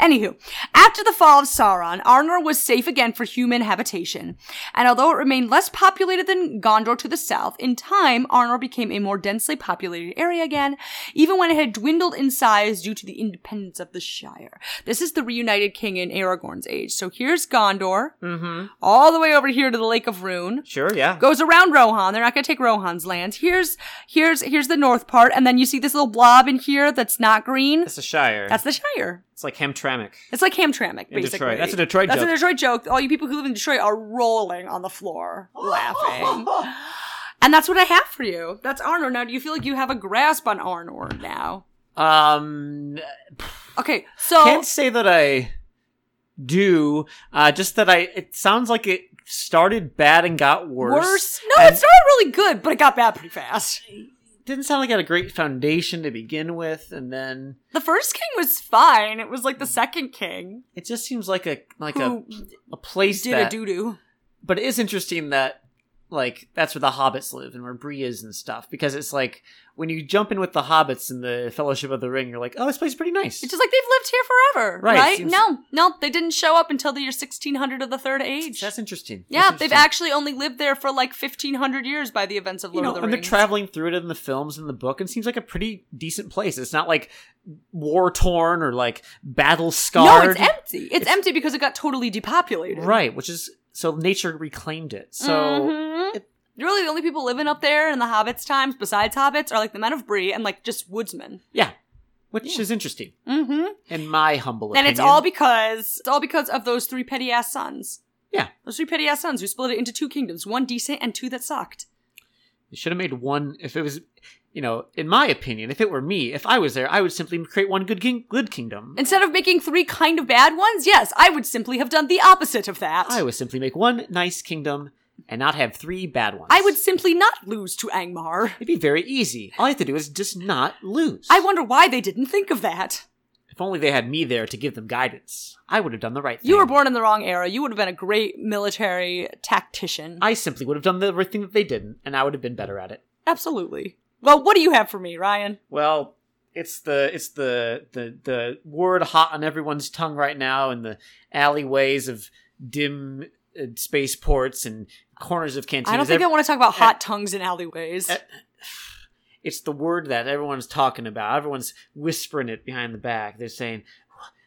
Anywho, after the fall of Sauron, Arnor was safe again for human habitation, and although it remained less populated than Gondor to the south, in time Arnor became a more densely populated area again, even when it had dwindled in size due to the independence of the Shire. This is the reunited king in Aragorn's age. So here's Gondor,
Mm-hmm.
all the way over here to the Lake of Rune.
Sure. Yeah.
Goes around Rohan. They're not going to take Rohan's lands. Here's here's here's the north part, and then you see this little blob in here that's not green.
That's a Shire.
That's the Shire.
it's like Hamtramck.
It's like Hamtramck,
In
basically.
Detroit. That's a Detroit
That's
joke.
a Detroit joke. All you people who live in Detroit are rolling on the floor, laughing. And that's what I have for you. That's Arnor. Now, do you feel like you have a grasp on Arnor now?
Um,
Okay, so
can't say that I do. Uh, just that I. It sounds like it started bad and got worse.
worse. No, it
And-
started really good, but it got bad pretty fast.
Didn't sound like it had a great foundation to begin with, and then
The first king was fine. It was like the second king
it just seems like a like
who
a a place
did
that
a doo doo.
but it is interesting that like that's where the hobbits live and where Bree is and stuff because it's like when you jump in with the hobbits in the Fellowship of the Ring, you're like, oh, this place is pretty nice.
It's just like they've lived here forever,
Right,
right?
it seems-
No, no, they didn't show up until the year 1600 of the Third Age.
that's interesting.
Yeah,
That's
they've
interesting.
actually only lived there for like 1500 years by the events of
you
Lord
know,
of the
and they're
Rings.
traveling through it in the films and the book, and it seems like a pretty decent place. It's not like war torn or like battle
no,
scarred.
it's empty. It's, empty because it got totally depopulated.
right, which is so nature reclaimed it. So
Mhm. really, the only people living up there in the Hobbits' times, besides hobbits, are like the men of Bree and like just woodsmen.
yeah, which is interesting
Mm-hmm.
in my humble
And
opinion.
it's all because it's all because of those three petty ass sons.
yeah.
Those three petty ass sons who split it into two kingdoms: one decent and two that sucked.
They should have made one. If it was, you know, in my opinion, if it were me, if I was there, I would simply create one good king, good kingdom.
Instead of making three kind of bad ones, yes, I would simply have done the opposite of that.
I would simply make one nice kingdom and not have three bad ones.
I would simply not lose to Angmar.
It'd be very easy. All I have to do is just not lose.
I wonder why they didn't think of that.
if only they had me there to give them guidance. I would have done the right thing.
You were born in the wrong era. You would have been a great military tactician.
I simply would have done the right thing that they didn't, and I would have been better at it.
Absolutely. Well, what do you have for me, Ryan?
Well, it's the it's the the the word hot on everyone's tongue right now in the alleyways of dim uh, spaceports and corners of cantinas.
I don't think
Ev-
I want to talk about hot tongues in alleyways.
eh, it's the word that everyone's talking about. Everyone's whispering it behind the back. They're saying,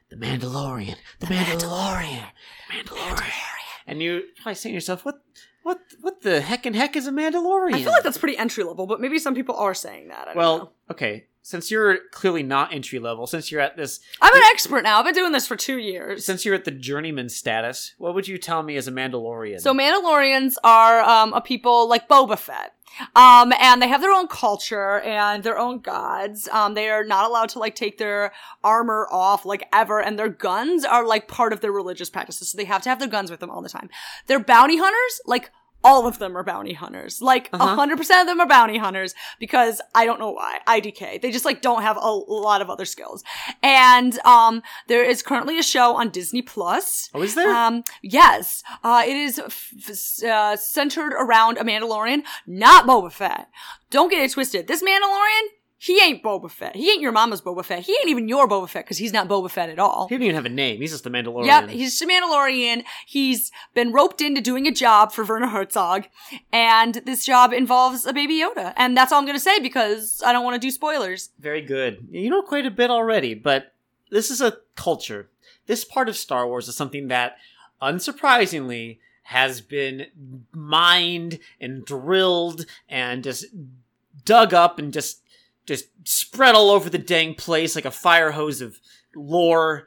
"The Mandalorian, the, Mandalorian, the Mandalorian," and you're probably saying to yourself, "What? What what the heck and heck is a Mandalorian?
I feel like that's pretty entry level, but maybe some people are saying that. I don't know.
well, okay. Since you're clearly not entry level, since you're at this,
I'm an expert now. I've been doing this for two years.
since you're at the journeyman status, what would you tell me as a Mandalorian?
So Mandalorians are um, a people like Boba Fett. Um, and they have their own culture and their own gods. Um, they are not allowed to like take their armor off like ever, and their guns are like part of their religious practices. So they have to have their guns with them all the time. They're bounty hunters, like all of them are bounty hunters. Like a
Uh-huh.
100% of them are bounty hunters because I don't know why. IDK. They just like don't have a lot of other skills. And, um, there is currently a show on Disney Plus.
oh, is there?
Um, yes, uh, it is f- f- uh, centered around a Mandalorian, not Boba Fett. Don't get it twisted. This Mandalorian, he ain't Boba Fett. He ain't your mama's Boba Fett. He ain't even your Boba Fett because he's not Boba Fett at all.
he didn't even have a name. He's just the Mandalorian.
Yep, he's just a Mandalorian. He's been roped into doing a job for Werner Herzog, and this job involves a baby Yoda. And that's all I'm gonna say because I don't want to do spoilers.
Very good. You know quite a bit already, but this is a culture. This part of Star Wars is something that, unsurprisingly, has been mined and drilled and just dug up and just just spread all over the dang place like a fire hose of lore.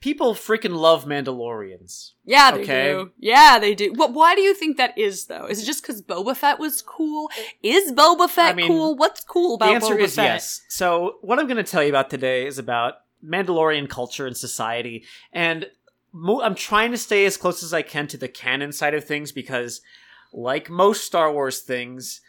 People freaking love Mandalorians.
Yeah, they
Okay.
do. Yeah, they do. But why do you think that is, though? Is it just because Boba Fett was cool? Is Boba Fett
I mean,
cool? What's cool about
the answer
Boba
is
Fett?
yes. So what I'm going to tell you about today is about Mandalorian culture and society, and mo- I'm trying to stay as close as I can to the canon side of things because, like most Star Wars things,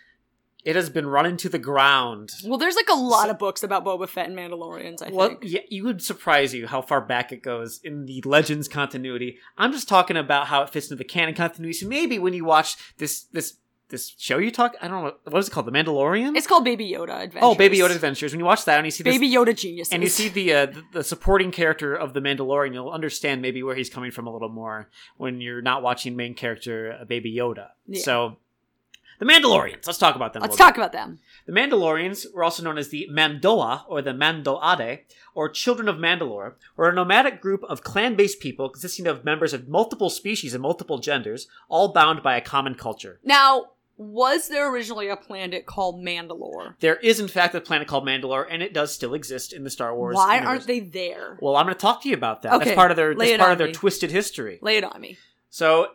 it has been run into the ground.
Well, there's like a lot of books about Boba Fett and Mandalorians, I
Well,
think.
yeah, you would surprise you how far back it goes in the Legends continuity. I'm just talking about how it fits into the canon continuity. So maybe when you watch this this this show, you talk. I don't know what is it called, The Mandalorian.
It's called Baby Yoda Adventures.
oh, Baby Yoda Adventures. When you watch that and you see this
Baby Yoda Genius.
and you see the, uh, the the supporting character of the Mandalorian, you'll understand maybe where he's coming from a little more when you're not watching main character uh, Baby Yoda.
Yeah.
So, the Mandalorians. Let's talk about them. a
Let's
little
talk about them.
bit. The Mandalorians were also known as the Mandoa or the Mandoade or Children of Mandalore, were a nomadic group of clan-based people consisting of members of multiple species and multiple genders, all bound by a common culture.
Now, was there originally a planet called Mandalore?
There is, in fact, a planet called Mandalore, and it does still exist in the Star Wars.
Why
universe.
aren't they there?
Well, I'm going to talk to you about that.
Okay,
That's part of their
lay
that's
it
part
on
of their
me.
twisted history.
Lay it on me.
So,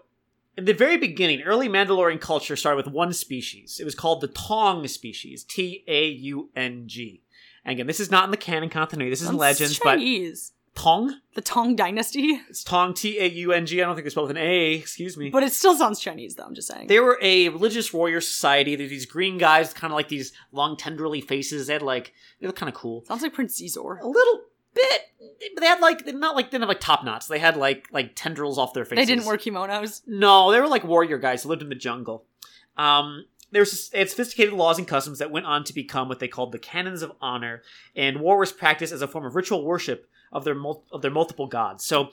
at the very beginning, early Mandalorian culture started with one species. It was called the Tong species, T A U N G. And again, this is not in the canon continuity. This is in
Sounds
Legends,
Chinese.
but Tong.
The Tong Dynasty?
It's Tong T A U N G. I don't think it's spelled with an A. Excuse me.
But it still sounds Chinese, though, I'm just saying.
They were a religious warrior society. They're these green guys, kind of like these long, tenderly faces. They had like they were kind of cool.
sounds like Prince Caesar.
a little bit. But they had like they're not like they didn't have like top knots. They had like like tendrils off their faces.
They didn't wear kimonos.
No, they were like warrior guys who lived in the jungle. Um, there was they had sophisticated laws and customs that went on to become what they called the canons of honor, and war was practiced as a form of ritual worship of their mul- of their multiple gods. So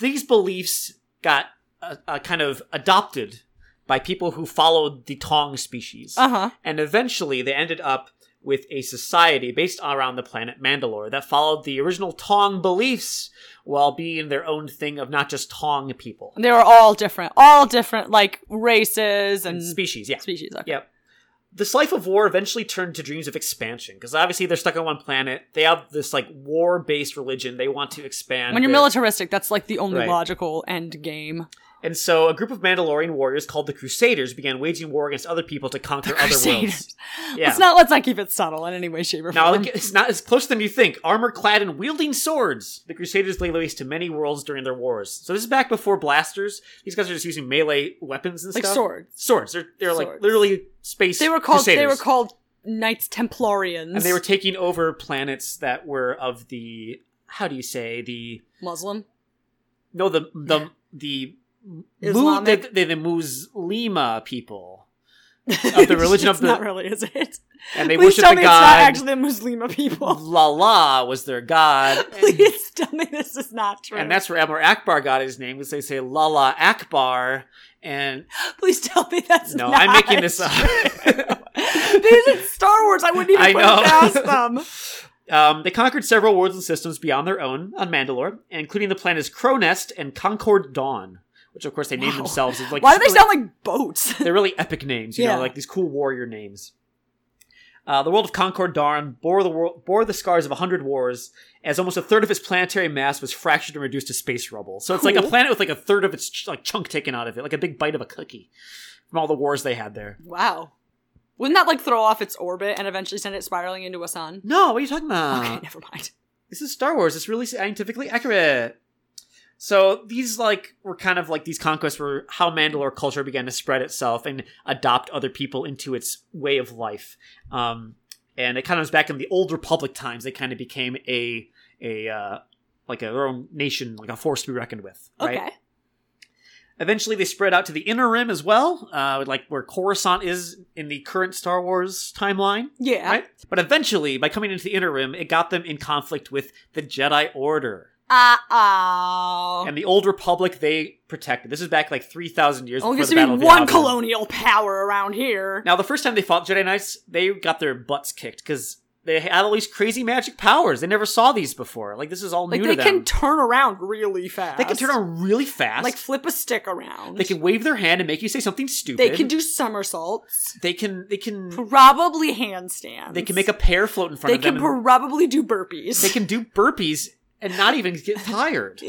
these beliefs got uh, uh, kind of adopted by people who followed the Tong species
Uh huh.
and eventually they ended up with a society based around the planet Mandalore that followed the original Tong beliefs while being their own thing of not just Tong people.
They were all different, all different, like races and
Species, yeah.
species. Okay.
Yep. This life of war eventually turned to dreams of expansion because obviously they're stuck on one planet. They have this like war based religion. They want to expand.
When you're
their-
militaristic, that's like the only
Right.
logical end game.
And so a group of Mandalorian warriors called the Crusaders began waging war against other people to conquer other worlds.
Crusaders.
Yeah.
Let's not let's not keep it subtle in any way, shape, or
Now,
form.
look, it's not as close than you think. Armor clad and wielding swords, the Crusaders laid waste to many worlds during their wars. So this is back before blasters. These guys are just using melee weapons and
Like
stuff.
swords.
Swords. They're, they're like
Swords.
literally space.
They were called they
Crusaders.
were called Knights Templarians.
And they were taking over planets that were of the how do you say the
Muslim.
no the the the Mu,
Islamic?
the, the, the Muslima people
<laughs>
of the religion of
It's
the
not really, is it?
and they
Please
worship
tell
the
me
god
it's not actually the Muslima
<laughs>
people. <laughs>
La La was their god.
Please tell me this is not true.
And that's where Admiral Akbar got his name because they say Lala Akbar. And
please tell me that's
no,
not
I'm
<laughs>
making this up.
true. These are Star Wars. I wouldn't even
<laughs> I
put
know.
it past them.
um, they conquered several worlds and systems beyond their own on Mandalore, including the planets Cronest and Concord Dawn. which which of course they named themselves. It's <laughs> like
Why do they
really-
sound like boats?
they're really epic names, you
Yeah.
know, like these cool warrior names. Uh, the world of Concord Darn bore the wor- bore the scars of a hundred wars, as almost a third of its planetary mass was fractured and reduced to space rubble. So it's like a
Cool.
planet with like a third of its ch- like chunk taken out of it, like a big bite of a cookie from all the wars they had there.
wow. Wouldn't that like throw off its orbit and eventually send it spiraling into a sun?
No, what are you talking about?
Okay, <laughs> never mind.
this is Star Wars. It's really scientifically accurate. So these like were kind of like these conquests were how Mandalore culture began to spread itself and adopt other people into its way of life. Um, and it kind of was back in the old Republic times. They kind of became a a uh, like their own nation, like a force to be reckoned with. Right?
Okay.
Eventually, they spread out to the Inner Rim as well, uh, like where Coruscant is in the current Star Wars timeline.
Yeah.
Right? But eventually, by coming into the Inner Rim, it got them in conflict with the Jedi Order.
Uh oh.
And the Old Republic they protected. This is back like 3,000 years
Only Oh,
before
gives
the
me
Battle of
one
Yavin.
colonial power around here.
Now, the first time they fought Jedi Knights, they got their butts kicked because they had all these crazy magic powers. They never saw these before. Like, this is all
like
new
they
to
can
them.
turn around really fast.
they can turn around really fast.
like flip a stick around.
they can wave their hand and make you say something stupid.
They can do somersaults.
They can. They can.
Probably handstands.
They can make a pear float in front
They
of them.
can
and-
probably do burpees. <laughs>
They can do burpees and not even get tired.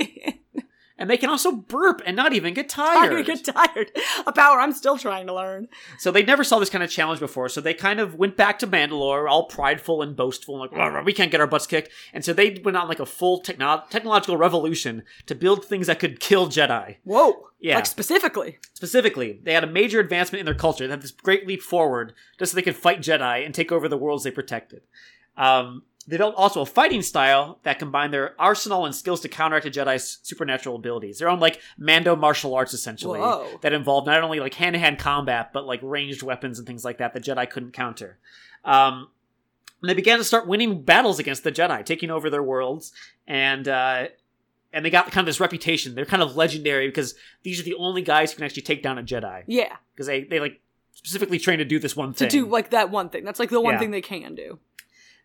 and they can also burp and not even get
I'm
tired.
gonna get tired. A power I'm still trying to learn.
so they never saw this kind of challenge before. So they kind of went back to Mandalore, all prideful and boastful, like "Rah, rah, we can't get our butts kicked. And so they went on like a full techno- technological revolution to build things that could kill Jedi.
Whoa.
Yeah.
Like specifically.
Specifically, they had a major advancement in their culture. They had this great leap forward just so they could fight Jedi and take over the worlds they protected. Um, they developed also a fighting style that combined their arsenal and skills to counteract a Jedi's supernatural abilities. Their own like Mando martial arts essentially
Whoa.
that involved not only like hand to hand combat but like ranged weapons and things like that the Jedi couldn't counter. Um, and they began to start winning battles against the Jedi, taking over their worlds, and uh, and they got kind of this reputation. They're kind of legendary because these are the only guys who can actually take down a Jedi
Yeah.
because they they like specifically trained to do this one
To
thing.
do like that one thing. That's like the one
Yeah.
thing they can do.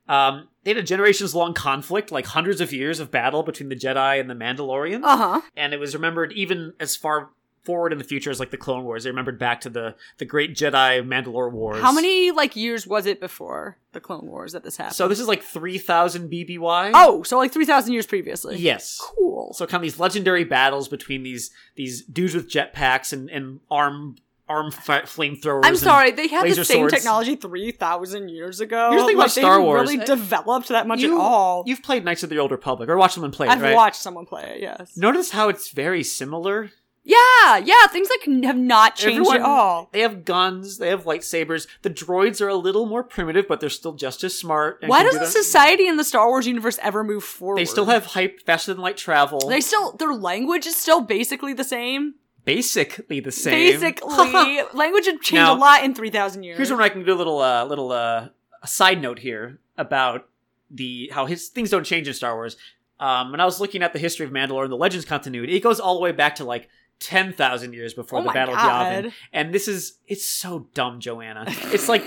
um, they had a generations long conflict, like hundreds of years of battle between the Jedi and the Mandalorians,
Uh huh.
and it was remembered even as far forward in the future as like the Clone Wars. They remembered back to the the Great Jedi Mandalore Wars.
How many like years was it before the Clone Wars that this happened?
So this is like three thousand BBY.
oh, so like three thousand years previously.
yes.
Cool.
So kind of these legendary battles between these these dudes with jetpacks and and arm arm fi flamethrowers.
I'm
and-
sorry, they had the
laser
same
swords.
technology 3,000 years ago.
Here's the thing
Like,
about
they
Star
haven't
Wars.
really
Uh,
developed that much
You-
at all.
You've played Knights of the Old Republic or watched them play it,
I've
right?
watched someone play it, yes.
Notice how it's very similar.
Yeah, yeah, things like n- have not changed
Everyone-
at all.
They have guns, they have lightsabers. The droids are a little more primitive, but they're still just as smart. and
Why
can do
doesn't
them-
society in the Star Wars universe ever move forward?
They still have hype, faster than light travel.
They still their language is still basically the same.
basically the same.
Basically, language had changed
Now-
a lot in three thousand years.
<laughs> Here's where I can do a little uh, little uh, a side note here about the how his things don't change in Star Wars. Um, when I was looking at the history of Mandalore and the Legends continuity, it goes all the way back to like ten thousand years before
Oh
the
my
Battle
God.
of Yavin, and this is it's so dumb, Joanna.
<laughs>
It's like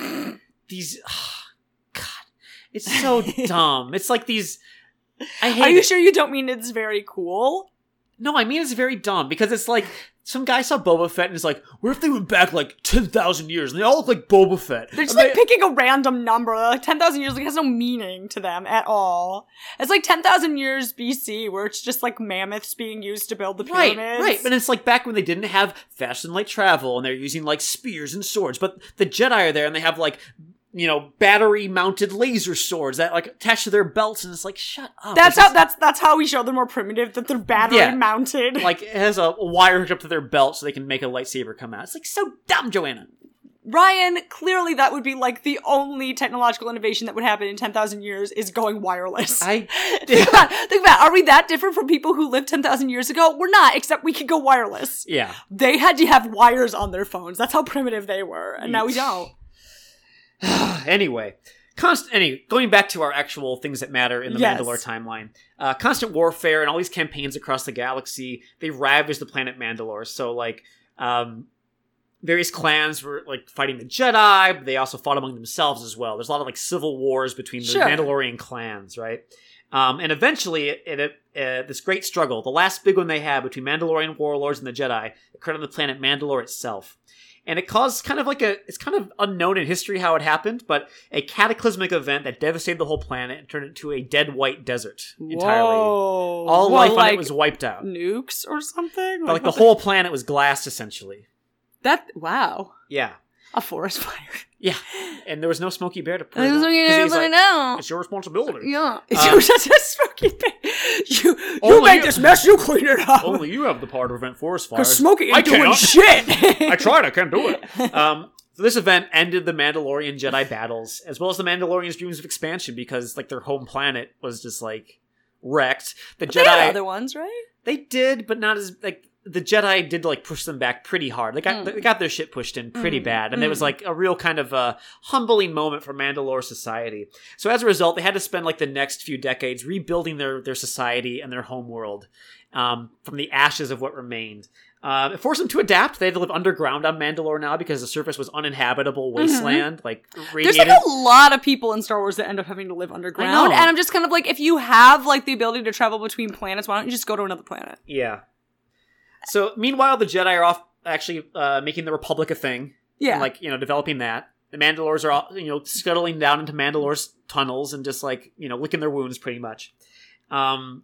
these, <sighs> God, it's
<laughs>
so dumb. It's like these. I hate
Are you
it.
sure you don't mean it's very cool?
No, I mean it's very dumb because it's like some guy saw Boba Fett and is like, "What if they went back like ten thousand years and they all look like Boba Fett?"
They're just
And
like picking a random number. Like ten thousand years like has no meaning to them at all. It's like ten thousand years BC, where it's just like mammoths being used to build the
Right,
pyramids.
right. But it's like back when they didn't have fast and light travel and they're using like spears and swords, but the Jedi are there and they have like, you know, battery mounted laser swords that like attach to their belts and it's like, shut up.
that's
It's
how that's that's how we show they're more primitive. That they're battery
Yeah.
mounted.
just, like it has a wire hooked up to their belt so they can make a lightsaber come out. It's like so dumb, Joanna.
<laughs> Ryan, clearly that would be like the only technological innovation that would happen in ten thousand years is going wireless.
I
<laughs> think about it. think about it. are we that different from people who lived 10,000 years ago? We're not, except we could go wireless.
Yeah.
They had to have wires on their phones. That's how primitive they were. And now we don't.
<sighs> anyway, constant. Any going back to our actual things that matter in the
Yes.
Mandalore timeline. Uh, constant warfare and all these campaigns across the galaxy. They ravaged the planet Mandalore. So like, um, various clans were like fighting the Jedi. But they also fought among themselves as well. There's a lot of like civil wars between the
Sure.
Mandalorian clans, right? Um, and eventually, it, it, uh, this great struggle, the last big one they had between Mandalorian warlords and the Jedi, occurred on the planet Mandalore itself. And it caused kind of like a, it's kind of unknown in history how it happened, but a cataclysmic event that devastated the whole planet and turned it into a dead white desert entirely.
Whoa.
All
Whoa,
life on it
like
was wiped <laughs> out.
nukes or something.
Like the
what
whole planet was glassed essentially.
that. Wow,
Yeah.
a forest fire.
Yeah. And there was no Smokey Bear to put
There's
it
something
up, 'cause he's
everybody
like,
know.
It's your responsibility.
Yeah,
Uh,
<laughs> you just a smoky bear. You you
Only
make
you-
this mess. You clean it up.
Only you have the power to prevent forest fires.
Cause Smokey
I
ain't doing
cannot.
shit. <laughs>
I tried. I can't do it. Um, so this event ended the Mandalorian Jedi battles, as well as the Mandalorians' dreams of expansion, because like their home planet was just like wrecked. The
They had
Jedi
other ones, right?
they did, but not as like the Jedi did like push them back pretty hard. They
Mm.
got they got their shit pushed in pretty bad, and it was like a real kind of uh, humbling moment for Mandalore society. So as a result, they had to spend like the next few decades rebuilding their their society and their homeworld um, from the ashes of what remained. Um, it forced them to adapt. They had to live underground on Mandalore now because the surface was uninhabitable wasteland, like
Mm-hmm. There's
radiated.
like a lot of people in Star Wars that end up having to live underground,
know.
and I'm just kind of like, if you have like the ability to travel between planets, why don't you just go to another planet?
yeah. So meanwhile, the Jedi are off actually uh, making the Republic a thing.
Yeah,
and, like you know developing that the mandalores are all you know scuttling down into mandalore's tunnels and just like you know licking their wounds pretty much um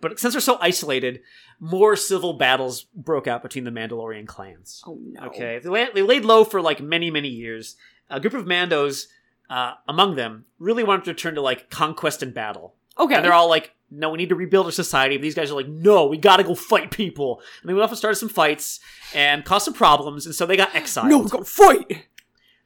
but since they're so isolated more civil battles broke out between the mandalorian clans
oh no,
okay they, la- they laid low for like many many years a group of mandos uh, among them really wanted to return to like conquest and battle
okay,
and they're all like, no, we need to rebuild our society. But these guys are like, no, we gotta go fight people. And they went off and started some fights and caused some problems. And so they got
<gasps>
exiled.
no, go fight.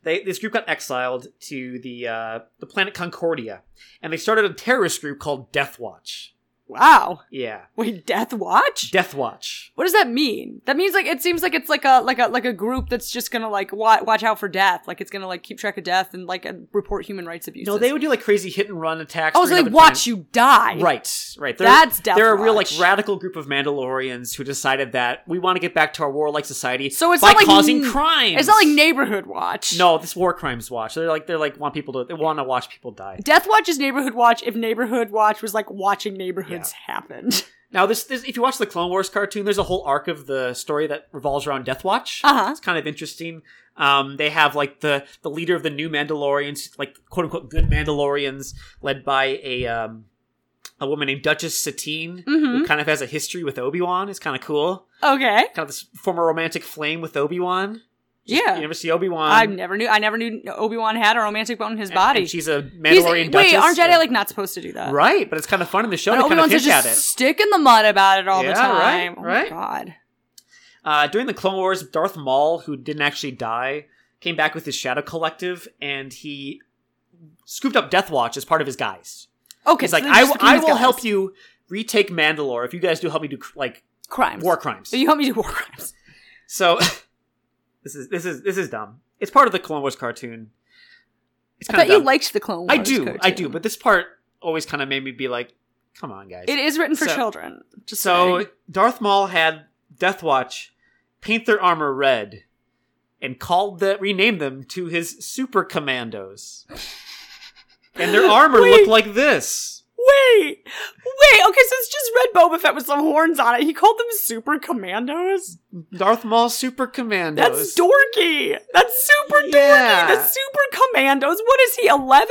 They, this group got exiled to the uh, the planet Concordia. And they started a terrorist group called Death Watch.
Wow,
Yeah.
wait, Death Watch.
Death Watch.
what does that mean? That means like it seems like it's like a like a like a group that's just gonna like wa- watch out for death. Like it's gonna like keep track of death and like uh, report human rights abuses.
No, they would do like crazy hit and run attacks.
oh, so they watch you die.
Right, right.
That's Death
They're a real like
Watch.
radical group of Mandalorians who decided that we want to get back to our warlike society
So it's
by
not like
causing
n-
crime.
It's not like neighborhood watch.
No, this war crimes watch. They're like they're like want people to they want to watch people die.
Death Watch is neighborhood watch if neighborhood watch was like watching neighborhoods <laughs> happen.
Now this, this if you watch the Clone Wars cartoon, there's a whole arc of the story that revolves around Death Watch.
Uh-huh.
It's kind of interesting. Um, they have like the the leader of the new Mandalorians, like quote unquote good Mandalorians, led by a um, a woman named Duchess Satine,
Mm-hmm.
who kind of has a history with Obi Wan. It's kind of cool.
Okay.
Kind of this former romantic flame with Obi Wan.
Yeah.
You never see Obi Wan.
I never knew I never knew Obi Wan had a romantic bone in his body.
um, And she's a
He's- wait,
Mandalorian Duchess.
aren't Jedi like not supposed to do that?
Right, but it's kind of fun in the show.
But
to
Obi
kind of
Wan's
hint
just
at it.
stick in the mud about it all
Yeah,
the
right,
time. oh
right.
my god.
Uh, during the Clone Wars, Darth Maul, who didn't actually die, came back with his Shadow Collective, and he scooped up Death Watch as part of his guise.
Okay,
He's
so
like,
then
I,
just
w-
became
I
his
will
guys.
help you retake Mandalore if you guys do help me do cr- like
crimes.
war crimes.
You help me do war crimes.
So <laughs> this is this is this is dumb. It's part of the Clone Wars cartoon. It's
I
kinda
thought you
dumb.
liked the Clone Wars.
I do, I
cartoon.
do, but this part always kind of made me be like, "Come on, guys."
it is written for
So-
children. Just
So
saying.
Darth Maul had Death Watch paint their armor red and called the renamed them to his
<laughs>
super commandos. And their armor
Wait.
looked like this.
wait, wait. Okay, so it's just Red Boba Fett with some horns on it. He called them Super Commandos.
Darth Maul super
That's
commandos.
dorky. That's super dorky.
Yeah.
That's super commandos. What is he? Eleven?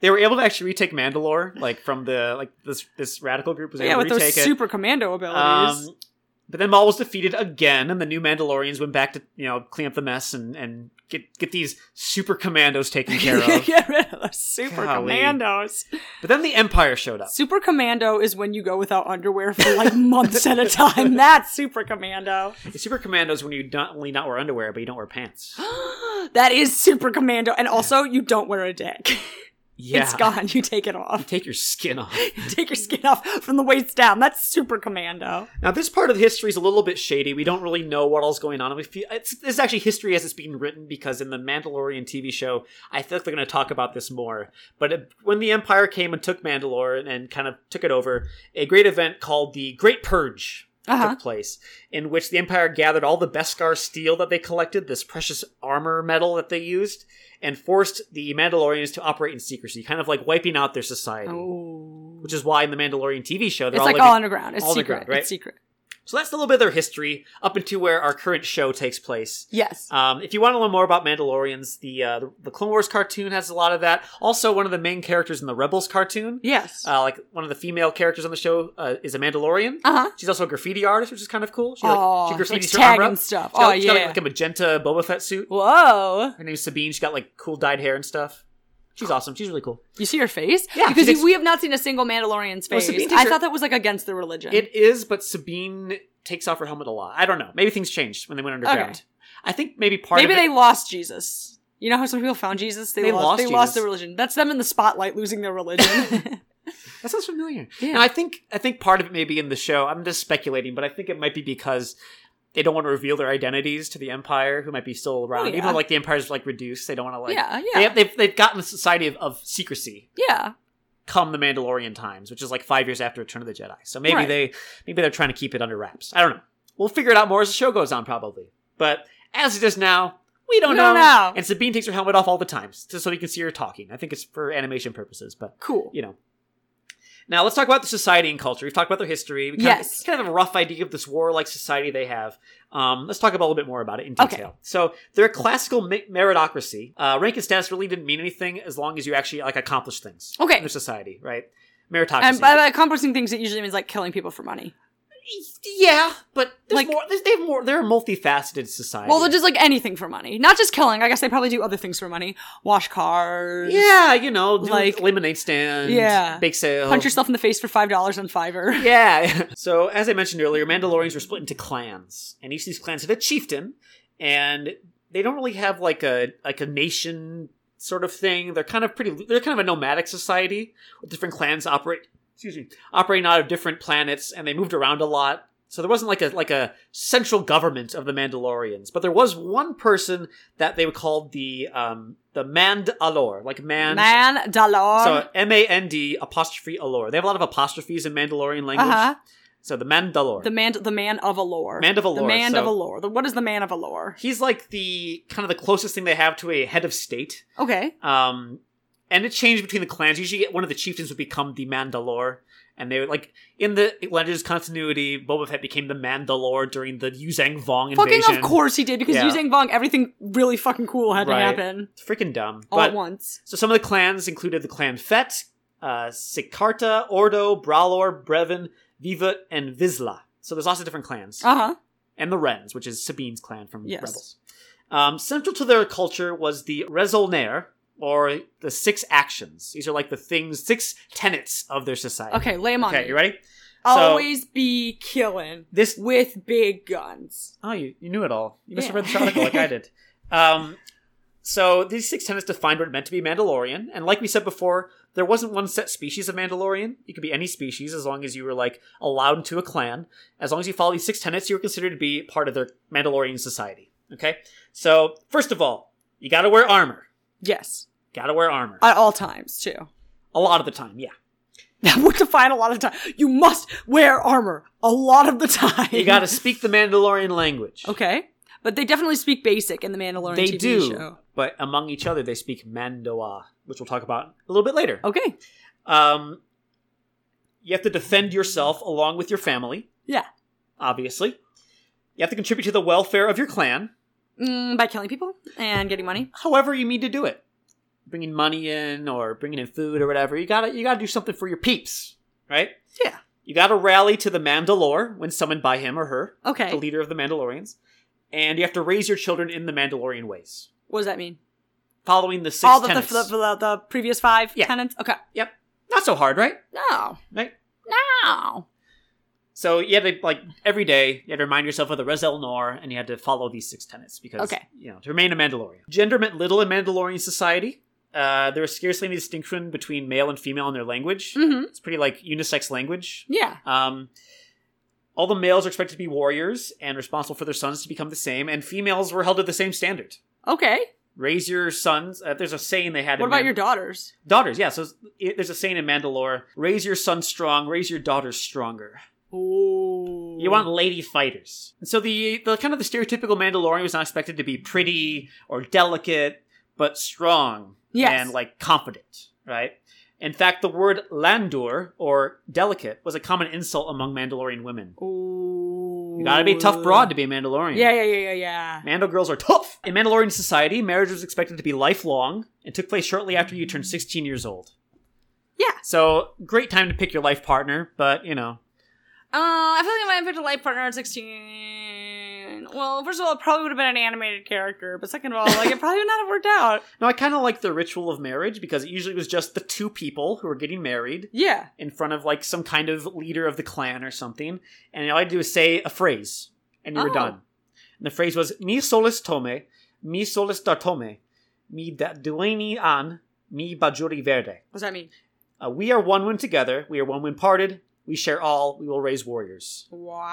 they were able to actually retake Mandalore, like from the like this this radical group was able
Yeah, with
to
those
retake it.
super commando abilities. <laughs>
Um, but then Maul was defeated again, and the new Mandalorians went back to you know clean up the mess and and get get these super
<laughs>
commandos taken care of.
Get rid of those super
Golly.
commandos.
But then the Empire showed up.
Super commando is when you go without underwear for like months at a time. <laughs> That's super commando.
The Super Commando is when you not only not wear underwear, but you don't wear pants.
That is super commando. And also, you don't wear a dick. <laughs>
Yeah.
It's
<laughs>
gone. You take it off.
Take your skin off.
You take your skin off from the waist down. That's super commando.
Now, this part of the history is a little bit shady. We don't really know what all's going on. We feel, it's, this is actually history as it's being written because in the Mandalorian TV show, I think they're going to talk about this more. But it, when the Empire came and took Mandalore and, and kind of took it over, a great event called the Great Purge
Uh-huh.
took place, in which the Empire gathered all the Beskar steel that they collected, this precious armor metal that they used, and forced the Mandalorians to operate in secrecy, kind of like wiping out their society.
Oh.
which is why in the Mandalorian TV show they're
it's
all
like "Oh,
living-
all underground. It's
all
secret.
underground, right?
It's secret.
So that's a little bit of their history up into where our current show takes place.
Yes.
Um, if you want to learn more about Mandalorians, the, uh, the the Clone Wars cartoon has a lot of that. Also, one of the main characters in the Rebels cartoon,
yes.
uh, like one of the female characters on the show, uh, is a Mandalorian.
Uh-huh.
She's also a graffiti artist, which is kind of cool. She,
Aw,
like, she
like
graffitis her
tag
armor
and
up.
stuff.
She's got,
Oh,
she's got, like,
yeah.
like a magenta Boba Fett suit.
Whoa.
Her name's Sabine. She's got like cool dyed hair and stuff. She's awesome. She's really cool.
You see her face?
Yeah,
Because
she's-
we have not seen a single Mandalorian's
Well,
face.
Sabine takes
I
her-
thought that was like against the religion.
It is, but Sabine takes off her helmet a lot. I don't know. Maybe things changed when they went underground.
Okay.
I think maybe part
Maybe
of it,
they lost Jesus. You know how some people found Jesus?
They lost
they lost
Jesus.
their religion. That's them in the spotlight losing their
<laughs>
religion. <laughs>
That sounds familiar.
Yeah.
Now, I think I think part of it may be in the show. I'm just speculating, but I think it might be because they don't want to reveal their identities to the Empire, who might be still around.
Oh, yeah.
Even though like the Empire's like reduced, they don't want to like.
yeah,
They
yeah.
have, they've they've gotten a society of, of secrecy
yeah.
come the Mandalorian times, which is like five years after Return of the Jedi. So maybe
Right.
they maybe they're trying to keep it under wraps. I don't know. We'll figure it out more as the show goes on, probably. But as it is now, we don't,
We don't know.
And Sabine takes her helmet off all the times, just so you can see her talking. I think it's for animation purposes, but
Cool.
you know. Now let's talk about the society and culture. We've talked about their history. We kind
Yes.
of, kind of have a rough idea of this warlike society they have. Um, let's talk about a little bit more about it in
Okay.
detail. So they're a classical mi- meritocracy. Uh, rank and status really didn't mean anything as long as you actually like accomplish things.
Okay.
In their society, right? Meritocracy.
And by, by accomplishing things, it usually means like killing people for money.
yeah, but there's
Like-
more. There's, they have more. They're a multifaceted society.
Well, they're just like anything for money. Not just killing. I guess they probably do other things for money. Wash cars.
yeah, you know, do
Like-
lemonade stand,
Yeah.
bake sale,
Punch yourself in the face for $5 on Fiverr.
Yeah. <laughs> so as I mentioned earlier, Mandalorians were split into clans, and each of these clans had a chieftain, and they don't really have like a like a nation sort of thing. They're kind of pretty. They're kind of a nomadic society with different clans operate. Excuse me, operating out of different planets, and they moved around a lot. So there wasn't like a like a central government of the Mandalorians, but there was one person that they would call the um the Mandalore, like man.
Man, dollar. Uh-huh.
so M A N D apostrophe Alore. They have a lot of apostrophes in Mandalorian language.
uh-huh.
So the Mandalore.
The man, the man of allure.
Man of allure,
The man
so-
of allure. The, what is the man of allure?
He's like the kind of the closest thing they have to a head of state.
Okay.
Um, and it changed between the clans. Usually, one of the chieftains would become the Mandalore, and they would like in the Legends continuity, Boba Fett became the Mandalore during the Yuzang Vong invasion.
Fucking of course he did because
Yeah.
using Vong, everything really fucking cool had
Right.
to happen
freaking dumb.
all
but
at once.
so some of the clans included the clan Fett, uh, Sikarta, Ordo, Bralor, Brevin, Vivat, and Vizla. So there's lots of different clans.
Uh huh.
and the Wrens, which is Sabine's clan from
Yes.
Rebels. Um, central to their culture was the raisonner, or the six actions. These are like the things, six tenets of their society.
Okay, lay him on.
Okay,
me.
you ready?
Always be killing
This.
with big guns.
Oh, you, you knew it all. You must have
Yeah.
read this article like
<laughs>
I did. Um, so these six tenets defined what it meant to be Mandalorian, and like we said before, there wasn't one set species of Mandalorian. You could be any species as long as you were like allowed into a clan. As long as you follow these six tenets, you were considered to be part of their Mandalorian society. Okay, so first of all, you got to wear armor.
Yes,
Got to wear armor
at all times too. <laughs>
a lot of the time. Yeah,
Would define a lot of time. You must wear armor a lot of the time.
you got to speak the Mandalorian language.
Okay, but they definitely speak basic in the Mandalorian
They
TV
do,
show.
but among each other, they speak Mandoa, which we'll talk about a little bit later.
Okay.
Um, you have to defend yourself along with your family,
Yeah.
obviously. You have to contribute to the welfare of your clan,
Mm, by killing people and getting money.
however you mean to do it. Bringing money in or bringing in food or whatever. You gotta you gotta do something for your peeps, right?
Yeah.
You gotta rally to the Mandalore when summoned by him or her,
Okay.
the leader of the Mandalorians, and you have to raise your children in the Mandalorian ways,
What does that mean?
following the six
all the the,
tenets.
the, the, the previous five
Yeah.
tenants. Okay.
yep, not so hard, right?
No.
Right.
No.
So you had to like every day you had to remind yourself of the Res El Nor, and you had to follow these six tenets because
Okay.
you know to remain a Mandalorian. Gender meant little in Mandalorian society. Uh, there was scarcely any distinction between male and female in their language.
Mm-hmm.
It's pretty like unisex language.
Yeah.
Um, all the males are expected to be warriors and responsible for their sons to become the same, and females were held to the same standard.
Okay.
Raise your sons. Uh, there's a saying they had.
What
in
about
Mandal-
your daughters?
daughters? Yeah. So it, there's a saying in Mandalore: raise your sons strong, raise your daughters stronger.
Ooh.
You want lady fighters. And so the the kind of the stereotypical Mandalorian was not expected to be pretty or delicate, but strong
Yes.
and like confident, right? In fact, the word landur, or delicate, was a common insult among Mandalorian women.
Ooh.
You gotta be a tough broad to be a Mandalorian.
Yeah, yeah, yeah, yeah, yeah.
Mandal girls are tough! In Mandalorian society, marriage was expected to be lifelong and took place shortly after you turned 16 years old.
Yeah.
So, great time to pick your life partner, but, you know,
Uh, I feel like I might have picked a life partner at 16. Well, first of all, it probably would have been an animated character, but second of all, like, it probably would not have worked
<laughs>
out.
No, I kind of like the ritual of marriage because it usually was just the two people who were getting married
Yeah.
in front of like some kind of leader of the clan or something, and all I had to do was say a phrase, and you were
Oh.
done. And the phrase was "Mi solis tome, mi solis dartome, mi da- dueni an, mi bajuri verde."
What does that mean?
Uh, we are one when together. We are one when parted. We share all. We will raise warriors.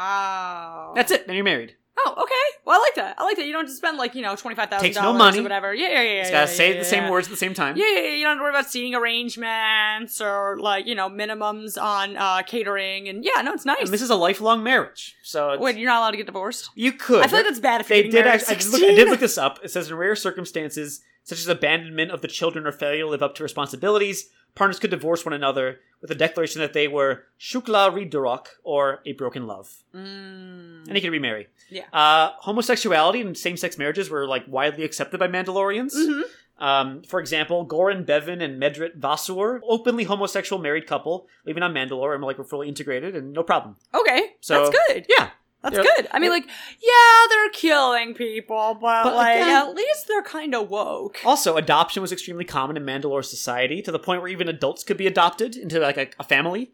Wow.
That's it. Then you're married.
Oh, okay. Well, I like that. I like that. You don't have to spend like you know twenty five thousand
Takes
dollars
no money.
or whatever. Yeah, yeah, yeah.
It's
yeah,
gotta
yeah,
say
yeah,
the same
yeah.
words at the same time.
Yeah, yeah, yeah. You don't have to worry about seating arrangements or like you know minimums on uh, catering and yeah, no, it's nice.
And this is a lifelong marriage, so it's,
Wait, you're not allowed to get divorced.
you could.
I feel like that's bad if
They
you're getting
did
married at
actually. I did, look,
16.
I did look this up. It says in rare circumstances, such as abandonment of the children or failure to live up to responsibilities, partners could divorce one another with a declaration that they were shukla ridarok or a broken love,
Mm.
and they could remarry.
Yeah.
Uh, homosexuality and same-sex marriages were like widely accepted by Mandalorians.
Mhm.
Um, for example, Goran Bevan and Medrit Vasur, openly homosexual married couple, living on Mandalore, and like were fully integrated and no problem.
Okay,
So-
that's good.
Yeah.
That's
Yeah.
good. I mean, like, yeah, they're killing people, but,
But
like,
again-
at least they're kind of woke.
Also, adoption was extremely common in Mandalore society to the point where even adults could be adopted into like a, a family.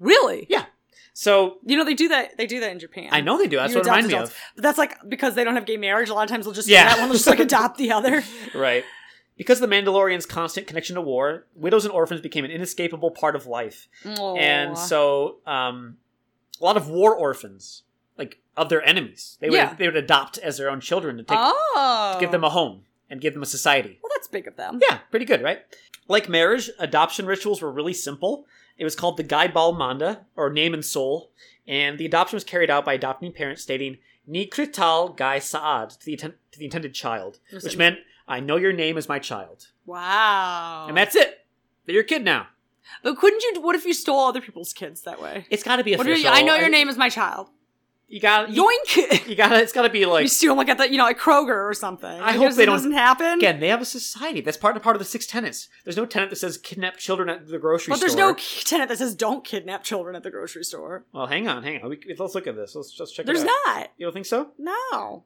Really?
Yeah. So
You know, they do that. They do that in Japan.
I know they do. That's
You
what it reminds
adopt
me
adults.
of.
But that's like because they don't have gay marriage. A lot of times they'll just
Yeah.
yeah, that one will just like adopt the other.
Right. Because of the Mandalorian's constant connection to war, widows and orphans became an inescapable part of life. <laughs>
Oh.
And so um, a lot of war orphans, like of their enemies, they would,
Yeah.
they would adopt as their own children to take,
oh,
to give them a home and give them a society.
well, that's big of them.
Yeah, pretty good, right? Like marriage, adoption rituals were really simple. It was called the Gai Bal Manda, or Name and Soul, and the adoption was carried out by adopting parents stating Ni Krital Gai Saad to the, atten- to the intended child,
Yes,
which
I-
meant, I know your name is my child.
Wow.
And that's it. They're your kid now.
but couldn't you? What if you stole other people's kids that way?
It's gotta be
What do
official.
you, I know your name is my child.
You gotta, you,
Yoink! <laughs>
you gotta, it's gotta be Mm-hmm. like,
you steal them like at the you know at Kroger or something.
I
Because
hope they
it
don't-
doesn't happen.
again, they have a society. That's part and part of the six tenets. There's no tenant that says kidnap children at the grocery
but
store.
there's no key tenant that says don't kidnap children at the grocery store.
Well, hang on, hang on. We, let's look at this. Let's just check
There's
it out.
not.
You don't think so?
No.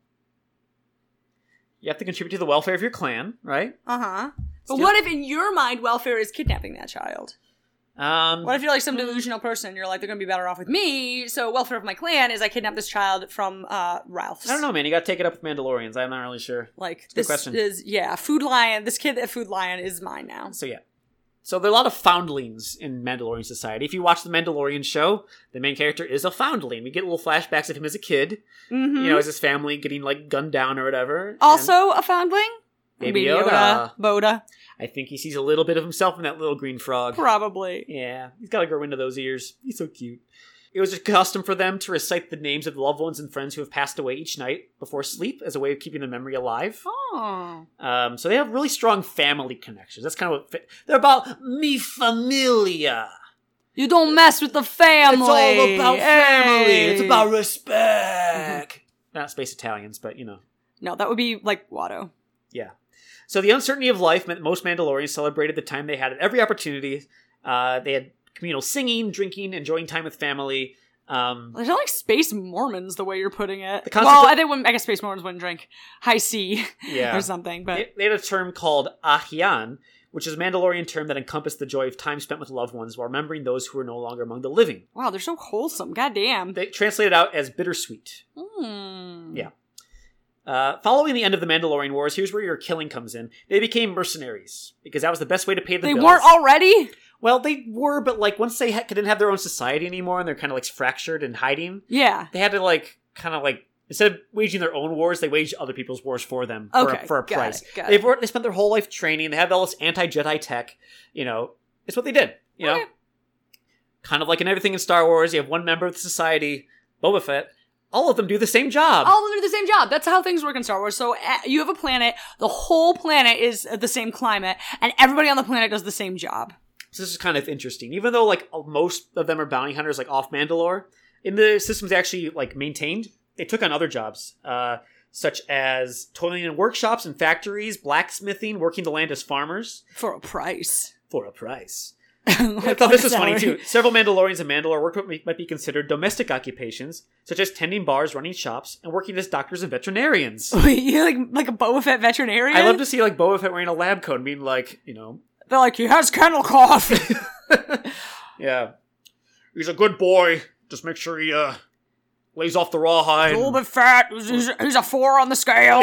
You have to contribute to the welfare of your clan, right?
Uh huh. But
Steal-
what if in your mind welfare is kidnapping that child?
Um,
What if you're like some delusional person? You're like, they're gonna be better off with me. So welfare of my clan is I kidnap this child from uh, Ralph's.
I don't know, man. You got to take it up with Mandalorians. I'm not really sure.
Like
a good
this
question.
is yeah, food lion. This kid at Food Lion is mine now.
So yeah. So there are a lot of foundlings in Mandalorian society. If you watch the Mandalorian show, the main character is a foundling. We get little flashbacks of him as a kid.
Mm-hmm.
You know, as his family getting like gunned down or whatever. And
also a foundling.
Baby
Boda,
I think he sees a little bit of himself in that little green frog.
probably.
Yeah, he's got to grow into those ears. He's so cute. It was a custom for them to recite the names of the loved ones and friends who have passed away each night before sleep as a way of keeping the memory alive.
Oh,
Um, so they have really strong family connections. That's kind of what fa- they're about. Mi familia.
you don't mess with the family.
It's all about family.
Hey.
It's about respect. Not space Italians, but you know.
no. That would be like Watto.
So the uncertainty of life meant most Mandalorians celebrated the time they had at every opportunity. Uh, they had communal singing, drinking, enjoying time with family. Um,
They're not like space Mormons the way you're putting it.
The concept
well,
of-
I, they wouldn't, I guess space Mormons wouldn't drink high C <laughs>
yeah.
or something, but
They, they had a term called ahian, which is a Mandalorian term that encompassed the joy of time spent with loved ones while remembering those who were no longer among the living.
wow, they're so wholesome. Goddamn.
They translated out as bittersweet.
Mm.
Yeah. Uh, following the end of the Mandalorian Wars, here's where your killing comes in. They became mercenaries because that was the best way to pay the
They
bills.
weren't already?
well, they were, but like once they ha- didn't have their own society anymore, and they're kind of like fractured and hiding,
Yeah.
they had to like kind of like instead of waging their own wars, they waged other people's wars for them for,
Okay,
a, for a
got
price.
it, got
They've
it.
wor- they spent their whole life training. They have all this anti Jedi tech. You know, it's what they did. You know,
Okay.
kind of like in everything in Star Wars, you have one member of the society, Boba Fett. All of them do the same job.
All of them do the same job. That's how things work in Star Wars. So uh, you have a planet, the whole planet is uh, the same climate, and everybody on the planet does the same job.
So this is kind of interesting. Even though like most of them are bounty hunters, like off Mandalore, in the systems they actually like maintained, they took on other jobs, uh, such as toiling in workshops and factories, blacksmithing, working the land as farmers
for a price. <laughs>
for a price.
Like,
I thought
on
this was
a
funny
<laughs> salary.
too. Several Mandalorians and Mandalore worked what might be considered domestic occupations, such as tending bars, running shops, and working as doctors and veterinarians.
Wait, <laughs> you like like a Boba Fett veterinarian?
I love to see like Boba Fett wearing a lab coat, and being like, you know,
They're like, he has kennel
<laughs>
cough.
yeah, he's a good boy. Just make sure he uh lays off the rawhide.
a little bit fat. He's, he's- he's a four on the
<laughs>
scale.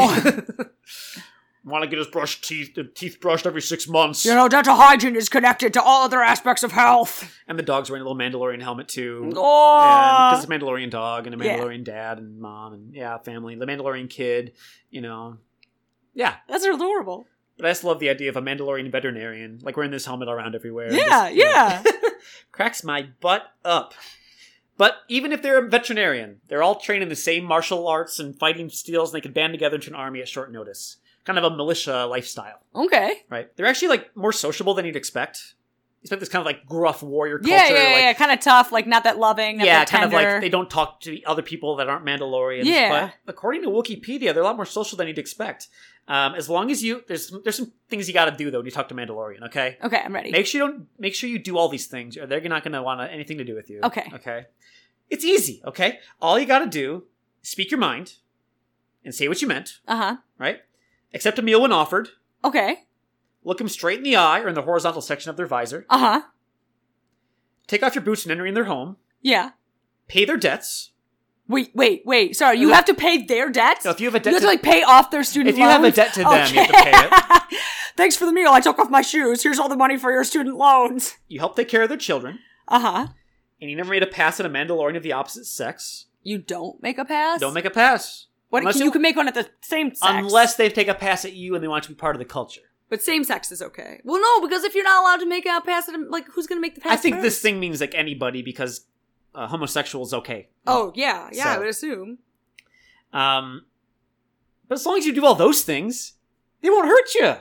Want to get his brush teeth teeth brushed every six months.
you know, dental hygiene is connected to all other aspects of health.
And the dog's wearing a little Mandalorian helmet too.
Oh,
because it's a Mandalorian dog and a
Yeah.
Mandalorian dad and mom and yeah, family. The Mandalorian kid, you know, yeah.
that's adorable.
But I just love the idea of a Mandalorian veterinarian, like wearing this helmet around everywhere. and
Yeah,
just, you know,
yeah.
cracks my butt up. But even if they're a veterinarian, they're all trained in the same martial arts and fighting skills, and they could band together into an army at short notice. Kind of a militia lifestyle, <laughs>
okay.
right? They're actually like more sociable than you'd expect. You expect this kind of like gruff warrior culture,
yeah, yeah, yeah,
like
yeah. Kind of tough, like not that loving. Not
yeah,
that
kind of like
tender.
they don't talk to the other people that aren't Mandalorians.
Yeah.
But according to Wikipedia, they're a lot more social than you'd expect. Um, as long as you there's there's some things you got to do though when you talk to Mandalorian. Okay.
Okay, I'm ready.
Make sure you don't make sure you do all these things, or they're not going to want anything to do with you.
Okay.
Okay. It's easy. Okay. All you got to do is speak your mind and say what you meant.
Uh huh.
Right. Accept a meal when offered.
Okay.
Look them straight in the eye or in the horizontal section of their visor.
Uh huh.
Take off your boots and entering their home.
Yeah.
Pay their debts.
Wait, wait, wait. Sorry, you have to pay their debts.
So if you have a debt,
you have
to-
to like pay off their student.
If you have a
loans?
debt to them, you have to pay it.
Okay. <laughs> Thanks for the meal. I took off my shoes. Here's all the money for your student loans.
You help take care of their children,
Uh huh.
and you never made a pass at a Mandalorian of the opposite sex.
You don't make a pass.
Don't make a pass.
What
unless
you,
you-
can make one at the same sex.
Unless they take a pass at you and they want you to be part of the culture.
but same sex is okay. Well, no, because if you're not allowed to make out pass, it, like who's gonna make the pass?
I think
first?
this thing means like anybody because uh, homosexual is okay.
Oh yeah, yeah. I
So-
would assume.
Um, but as long as you do all those things, they won't hurt you.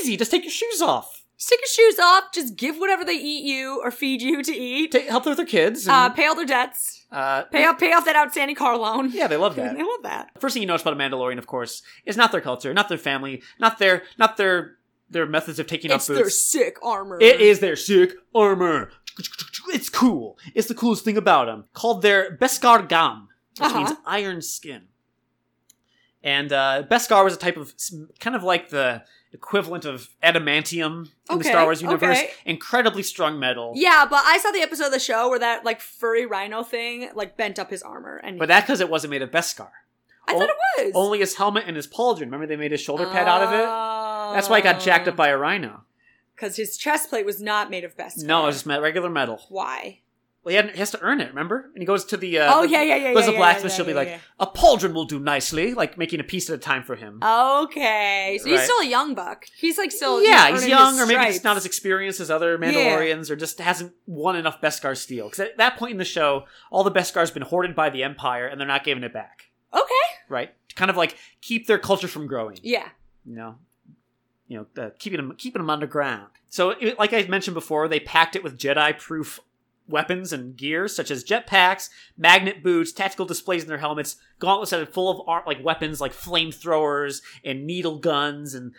Easy. Just take your shoes off.
Stick your shoes off. Just give whatever they eat you or feed you to eat.
Take, help them with their kids.
Uh,
And,
pay all their debts.
uh,
Pay off. Pay off that outstanding car loan.
yeah, they love
<laughs>
that.
I love that.
First thing you notice about a Mandalorian, of course, is not their culture, not their family, not their not their their methods of taking
It's
off
their
boots.
sick armor.
It is their sick armor. It's cool. It's the coolest thing about them. Called their Beskar Gam, which
Uh-huh.
means iron skin. And uh, Beskar was a type of kind of like the equivalent of adamantium in the
Okay,
Star Wars universe.
okay.
Incredibly strong metal.
Yeah, but I saw the episode of the show where that like furry rhino thing like bent up his armor, and
But that because it wasn't made of Beskar.
I thought it was
Only his helmet and his pauldron. Remember they made his shoulder pad out of it? That's why I got
Oh.
jacked up by a rhino.
because his chest plate was not made of best.
No, it was just me- regular metal.
why?
Well, he, had, he has to earn it, remember? And he goes to the uh,
oh
the-
yeah, yeah, yeah.
goes
yeah,
to
yeah,
blacksmith.
yeah,
she'll be
yeah,
like,
yeah.
a pauldron will do nicely, like making a piece at a time for him.
okay, so he's
Right.
still a young buck. Uh, He's like still
yeah,
you know,
he's
earning
young,
his
or maybe he's
stripes.
not as experienced as other Mandalorians, or just hasn't won enough Beskar steel. Because at that point in the show, all the Beskar's been hoarded by the Empire, and they're not giving it back.
okay.
Right, to kind of like keep their culture from growing.
Yeah,
You know, you know, uh, keeping them keeping them underground. So, it, like I mentioned before, they packed it with Jedi-proof weapons and gear, such as jetpacks, magnet boots, tactical displays in their helmets, gauntlets that are full of ar- like weapons like flamethrowers and needle guns and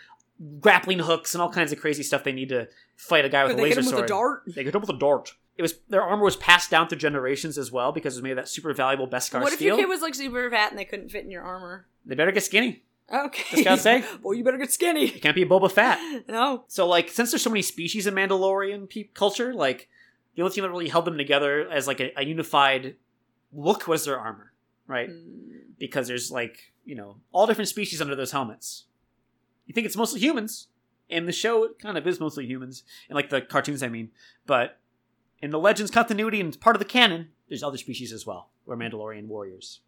grappling hooks and all kinds of crazy stuff they need to fight a guy with
could
a
they hit
laser
him
sword.
with a dart?
They could hit him with a dart. It was their armor was passed down through generations as well because it was made of that super valuable Beskar
What if
steel.
your kid was like super fat and they couldn't fit in your armor?
they better get skinny.
Okay,
Just gotta say.
<laughs> well, you better get
You
skinny.
can't be a Boba Fett.
<laughs> No,
So like since there's so many species in Mandalorian pe- culture, like the only thing that really held them together as like a, a unified look was their armor, right?
Mm.
Because there's like you know all different species under those helmets. You think it's mostly humans, and the show it kind of is mostly humans, and like the cartoons, I mean, but in the Legends continuity and part of the canon, there's other species as well, or Mandalorian warriors.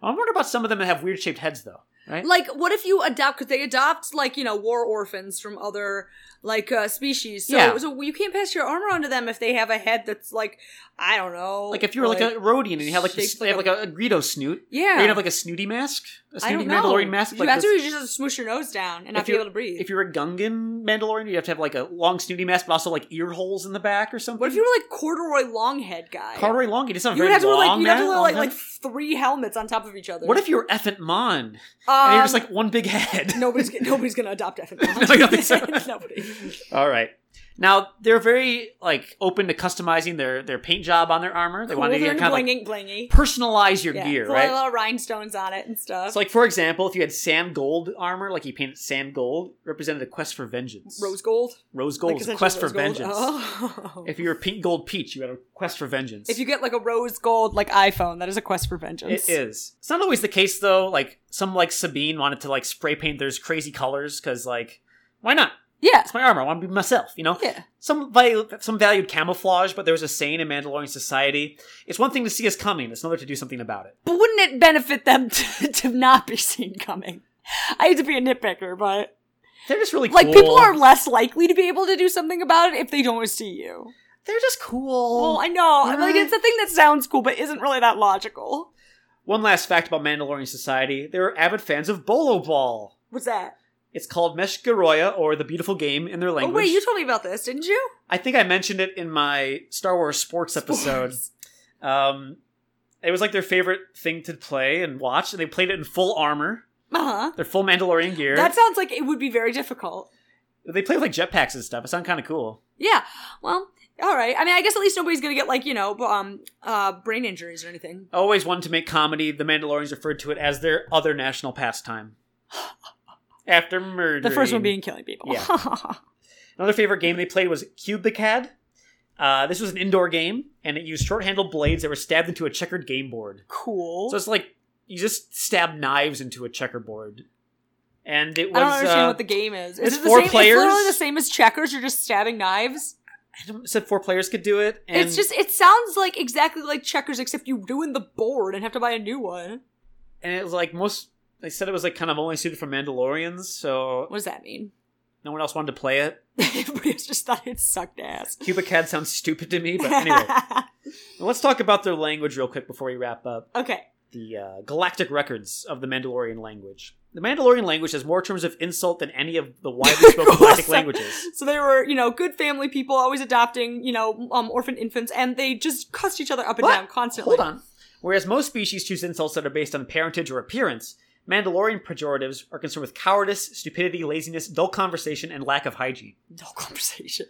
I wonder about some of them that have weird shaped heads though. right?
Like, what if you adopt? Because they adopt like you know war orphans from other like uh, species. So,
Yeah.
so you can't pass your armor onto them if they have a head that's like I don't know.
like if you were like, a Rhodian and you had like this,
shaped
they have like a, a Greedo snoot,
yeah,
or you'd have like a snooty mask, a
I don't
snooty
know.
Mandalorian mask.
You
Like
have
this-
to you just have to smoosh your nose down and not be
you're-
able to breathe.
If you're a Gungan Mandalorian, you would have to have like a long snooty mask, but also like ear holes in the back or something.
what if you were like corduroy long head guy?
Corduroy long? You just have a
you would
very
have to wear, like
long
you'd have to
ma-
wear
long
like
head.
like three helmets on top of each other.
What if you're effing Mon and
um,
you're just like one big head?
nobody's
<laughs>
g- nobody's gonna adopt F and
No, I don't think so.
<laughs> Nobody.
All right. Now they're very like open to customizing their their paint job on their armor. They want to
Older and
kind of like,
blingy, blingy.
personalize your
Yeah,
gear,
so, like,
right?
little rhinestones on it and stuff.
So, like for example, if you had Sam Gold armor, like he painted Sam Gold, represented a quest for vengeance.
rose gold.
Rose
Like,
Gold is a
essentially
quest for
rose gold.
vengeance.
Oh.
If you're a Pink Gold Peach, you had a quest for
<laughs>
vengeance.
If you get like a rose gold like iPhone, that is a quest for vengeance.
It is. It's not always the case though. Like some like Sabine wanted to like spray paint those crazy colors because like why not?
Yeah.
It's my armor. I want to be myself. You know.
Yeah.
Some val- some valued camouflage, but there was a saying in Mandalorian society: it's one thing to see us coming; it's another to do something about it.
But wouldn't it benefit them <laughs> to, to not be seen coming? I hate to be a nitpicker, but
They're just really
like
cool.
people are less likely to be able to do something about it if they don't see you.
They're just cool.
Well, I know. I'm Like it's a thing that sounds cool but isn't really that logical.
One last fact about Mandalorian society: they were avid fans of Bolo Ball.
What's that?
It's called Meshgaroya, or the beautiful game in their language.
Oh wait, you told me about this, didn't you?
I think I mentioned it in my Star Wars sports episode. Um, it was like their favorite thing to play and watch, and they played it in full armor,
Uh huh.
their full Mandalorian gear.
That sounds like it would be very difficult.
they play with like jetpacks and stuff. It sounded kind of cool.
Yeah. Well, all right. I mean, I guess at least nobody's gonna get like you know, b- um, uh, brain injuries or anything.
I always wanted to make comedy. The Mandalorians referred to it as their other
<laughs>
national pastime. After murder,
The first one being killing people. Yeah.
another favorite game they played was Cubicad. Uh, this was an indoor game, and it used short-handled blades that were stabbed into a checkered game board.
<laughs> cool.
So it's like you just stab knives into a checkerboard, and it was.
I don't understand
uh,
what the game is. Is
it's
it the
four
same? It's
players?
literally the same as checkers. You're just stabbing knives.
said four players could do it. And
it's just. It sounds like exactly like checkers, except you ruin the board and have to buy a new one.
and it was like most. They said it was like kind of only suited for Mandalorians, so
What does that mean? <laughs>
no one else wanted to play it.
Everybody else just thought it sucked ass.
Cubicad sounds stupid to me, <laughs>
<laughs>
but anyway, let's talk about their language real quick before we wrap up.
okay.
The uh, galactic records of the Mandalorian language. The Mandalorian language has more terms of insult than any of
<laughs>
the widely spoken galactic languages.
So they were, you know, good family people, always adopting, you know, um, orphan infants, and they just cussed each other up and
But-
down constantly.
Hold on. Whereas most species choose insults that are based on parentage or appearance, Mandalorian pejoratives are concerned with cowardice, stupidity, laziness, dull conversation, and lack of hygiene.
No <laughs> conversation.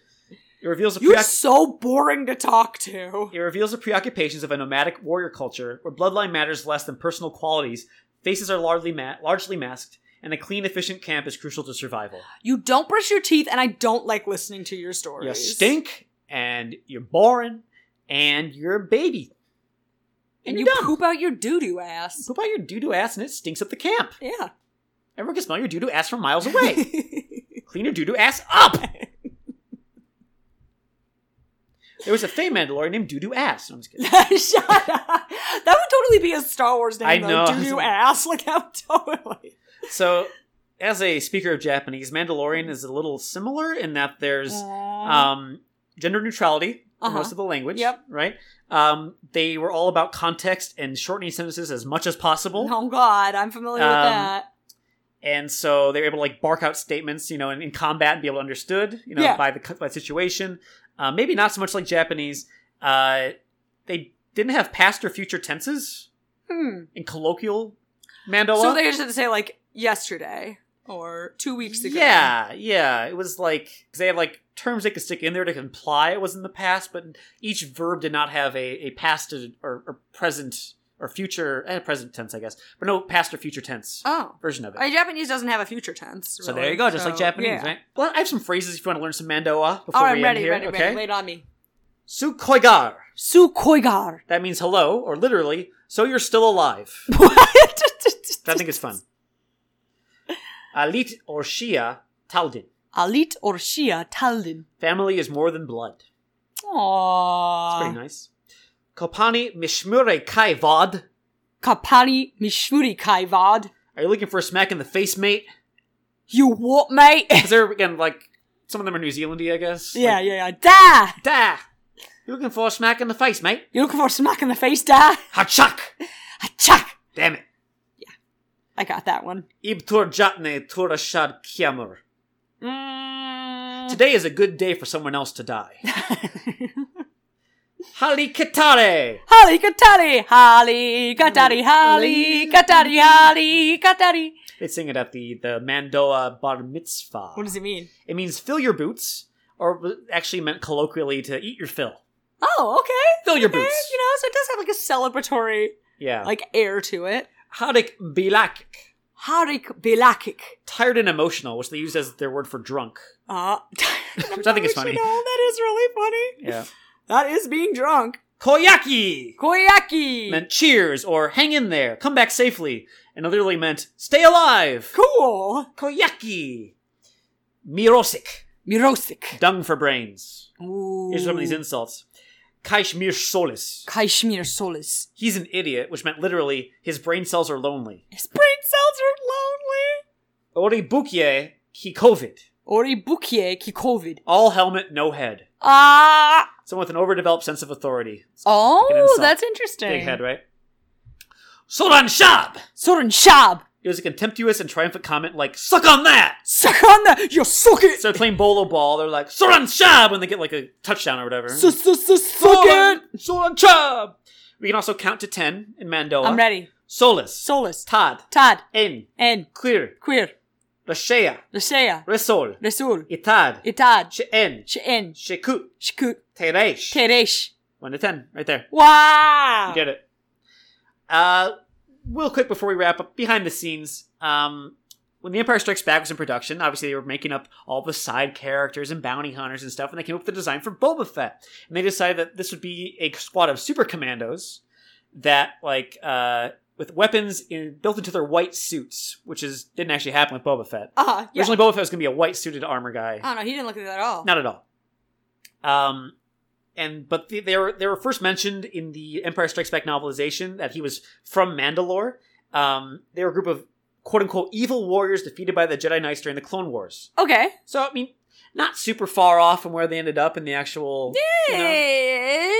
It reveals a
You're
preoc-
so boring to talk to.
It reveals the preoccupations of a nomadic warrior culture where bloodline matters less than personal qualities, faces are largely, ma- largely masked, and a clean, efficient camp is crucial to survival.
You don't brush your teeth, and I don't like listening to your stories.
You stink, and you're boring, and you're a baby.
And,
And,
you
you're dumb.
poop out your doo doo ass.
Poop out your doo doo ass, and it stinks up the camp.
Yeah.
Everyone can smell your doo doo ass from miles <laughs> away. clean your doo doo ass up! There was a fame Mandalorian named Doo Doo Ass. No, I'm just
<laughs>
kidding.
Shut up. That would totally be a Star Wars name,
I know.
though. Doo
<laughs>
doo ass. Like, that would totally.
So, as a speaker of Japanese, Mandalorian is a little similar in that there's um, gender neutrality in
Uh-huh.
most of the language.
Yep.
Right. Um, they were all about context and shortening sentences as much as possible,
oh, God. I'm familiar with
Um,
that.
and so they were able to like bark out statements, you know, in, in combat and be able to understood, you know,
Yeah.
by the cu- by the situation. Uh, maybe not so much like Japanese. Uh, they didn't have past or future tenses
Hmm.
in colloquial Mandoa.
So they just had to say, like, yesterday or two weeks ago.
Yeah, yeah. It was like 'cause they had like terms they could stick in there to imply it was in the past, but each verb did not have a, a past or, or present or future eh, present tense, I guess, but no past or future tense
Oh.
version of it.
Uh, Japanese doesn't have a future tense.
so
really,
there you go, just
so,
like Japanese,
yeah.
right? Well, I have some phrases if you want to learn some Mandoa before
All right, I'm
we end
ready,
here.
ready,
okay,
ready. Wait on me.
Sukoigar.
Su <laughs> koigar.
That means hello, or literally, so you're still alive.
What? <laughs>
I think it's fun. Alit or Shia Taldin.
Alit or Shia Taldin.
Family is more than blood. It's pretty
Aww.
nice. Kopani Mishmure Kai Vod.
Kapani Mishmuri Kaivad.
Are you looking for a smack in the face, mate?
You what, mate? <laughs>
Because they're again like some of them are New Zealandy, I guess.
yeah,
Like,
yeah, yeah. Da!
da. You looking for a smack in the face, mate?
You looking for a smack in the face, da?
Hachak!
Chuck!
Damn it!
I got that one.
Ib turjatne turashad kiamur.
Mm. <laughs>
Today is a good day for someone else to die. Halikatare!
Holly Katari, Holly Katari, Holly Katari, Holly Katari.
They sing it at the, the Mandoa Bar Mitzvah.
What does it mean?
It means fill your boots, or actually meant colloquially to eat your fill.
Oh, okay.
Fill your
Okay,
boots.
You know, so it does have like a celebratory
Yeah.
like air to it.
Hadik bilak,
Harik Bilakik.
tired and emotional, which they use as their word for drunk.
Uh, <laughs>
Which I think is funny.
You know, that is really funny.
Yeah.
That is being drunk.
<laughs> Koyaki!
Koyaki.
meant cheers or hang in there, come back safely, and literally meant stay alive.
cool.
Koyaki. Mirosik.
Mirosik.
Dung for brains.
Ooh.
Here's some of these insults. Kaishmir Solis.
Kashmir Solis.
He's an idiot, which meant literally his brain cells are lonely.
His brain cells are lonely.
Oribukye Kikovid.
Ori Bukie Kikovid.
All helmet, no head.
Ah.
Someone with an overdeveloped sense of authority. An
Oh,
insult.
that's interesting.
Big head, right? Soran Shab!
Soren Shab.
It was a contemptuous and triumphant comment like, suck on that!
Suck on that. You suck it.
So they're playing bolo ball, they're like, Soran Shab! When they get like a touchdown or whatever.
Su- su- su- Suck it.
Soran, Soran Shab! We can also count to ten in Mandoa.
I'm ready.
Solis.
Solis.
Tad.
Tad.
En.
And
Clear.
queer.
Rashea.
Rashea.
Resol.
Resul.
Itad.
Itad.
She'en.
She'en.
Sheku.
Shkut.
Teresh.
Teresh.
One to ten, right there.
Wow.
You did it. Uh, real quick before we wrap up, behind the scenes, um, when The Empire Strikes Back was in production, obviously they were making up all the side characters and bounty hunters and stuff, and they came up with the design for Boba Fett. And they decided that this would be a squad of super commandos that, like, uh, with weapons in, built into their white suits, which is didn't actually happen with Boba Fett.
Uh, yeah.
Originally, Boba Fett was going to be a white suited armor guy.
Oh no, he didn't look at that at all.
Not at all. Um, and but they, they were they were first mentioned in the Empire Strikes Back novelization that he was from Mandalore. Um, they were a group of quote unquote evil warriors defeated by the Jedi Knights during the Clone Wars.
Okay.
So I mean, not super far off from where they ended up in the actual. you know-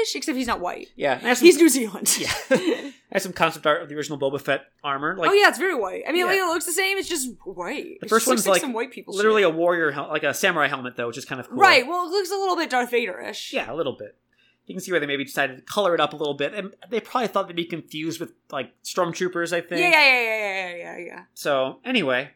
Ish, except he's not white.
yeah, and I have some,
He's New Zealand.
<laughs> yeah. I have some concept art of the original Boba Fett armor.
<laughs>
Like
oh yeah, it's very white. I mean, like,
Yeah.
it looks the same. It's just white.
the
It
first
just
one's
looks like,
like
some white people.
literally
shit.
a warrior, hel- like a samurai helmet though, which is kind of cool.
right. Well, it looks a little bit Darth Vader-ish.
Yeah, a little bit. You can see where they maybe decided to color it up a little bit, and they probably thought they'd be confused with like stormtroopers. I think.
Yeah, yeah, yeah, yeah, yeah, yeah, yeah.
So anyway,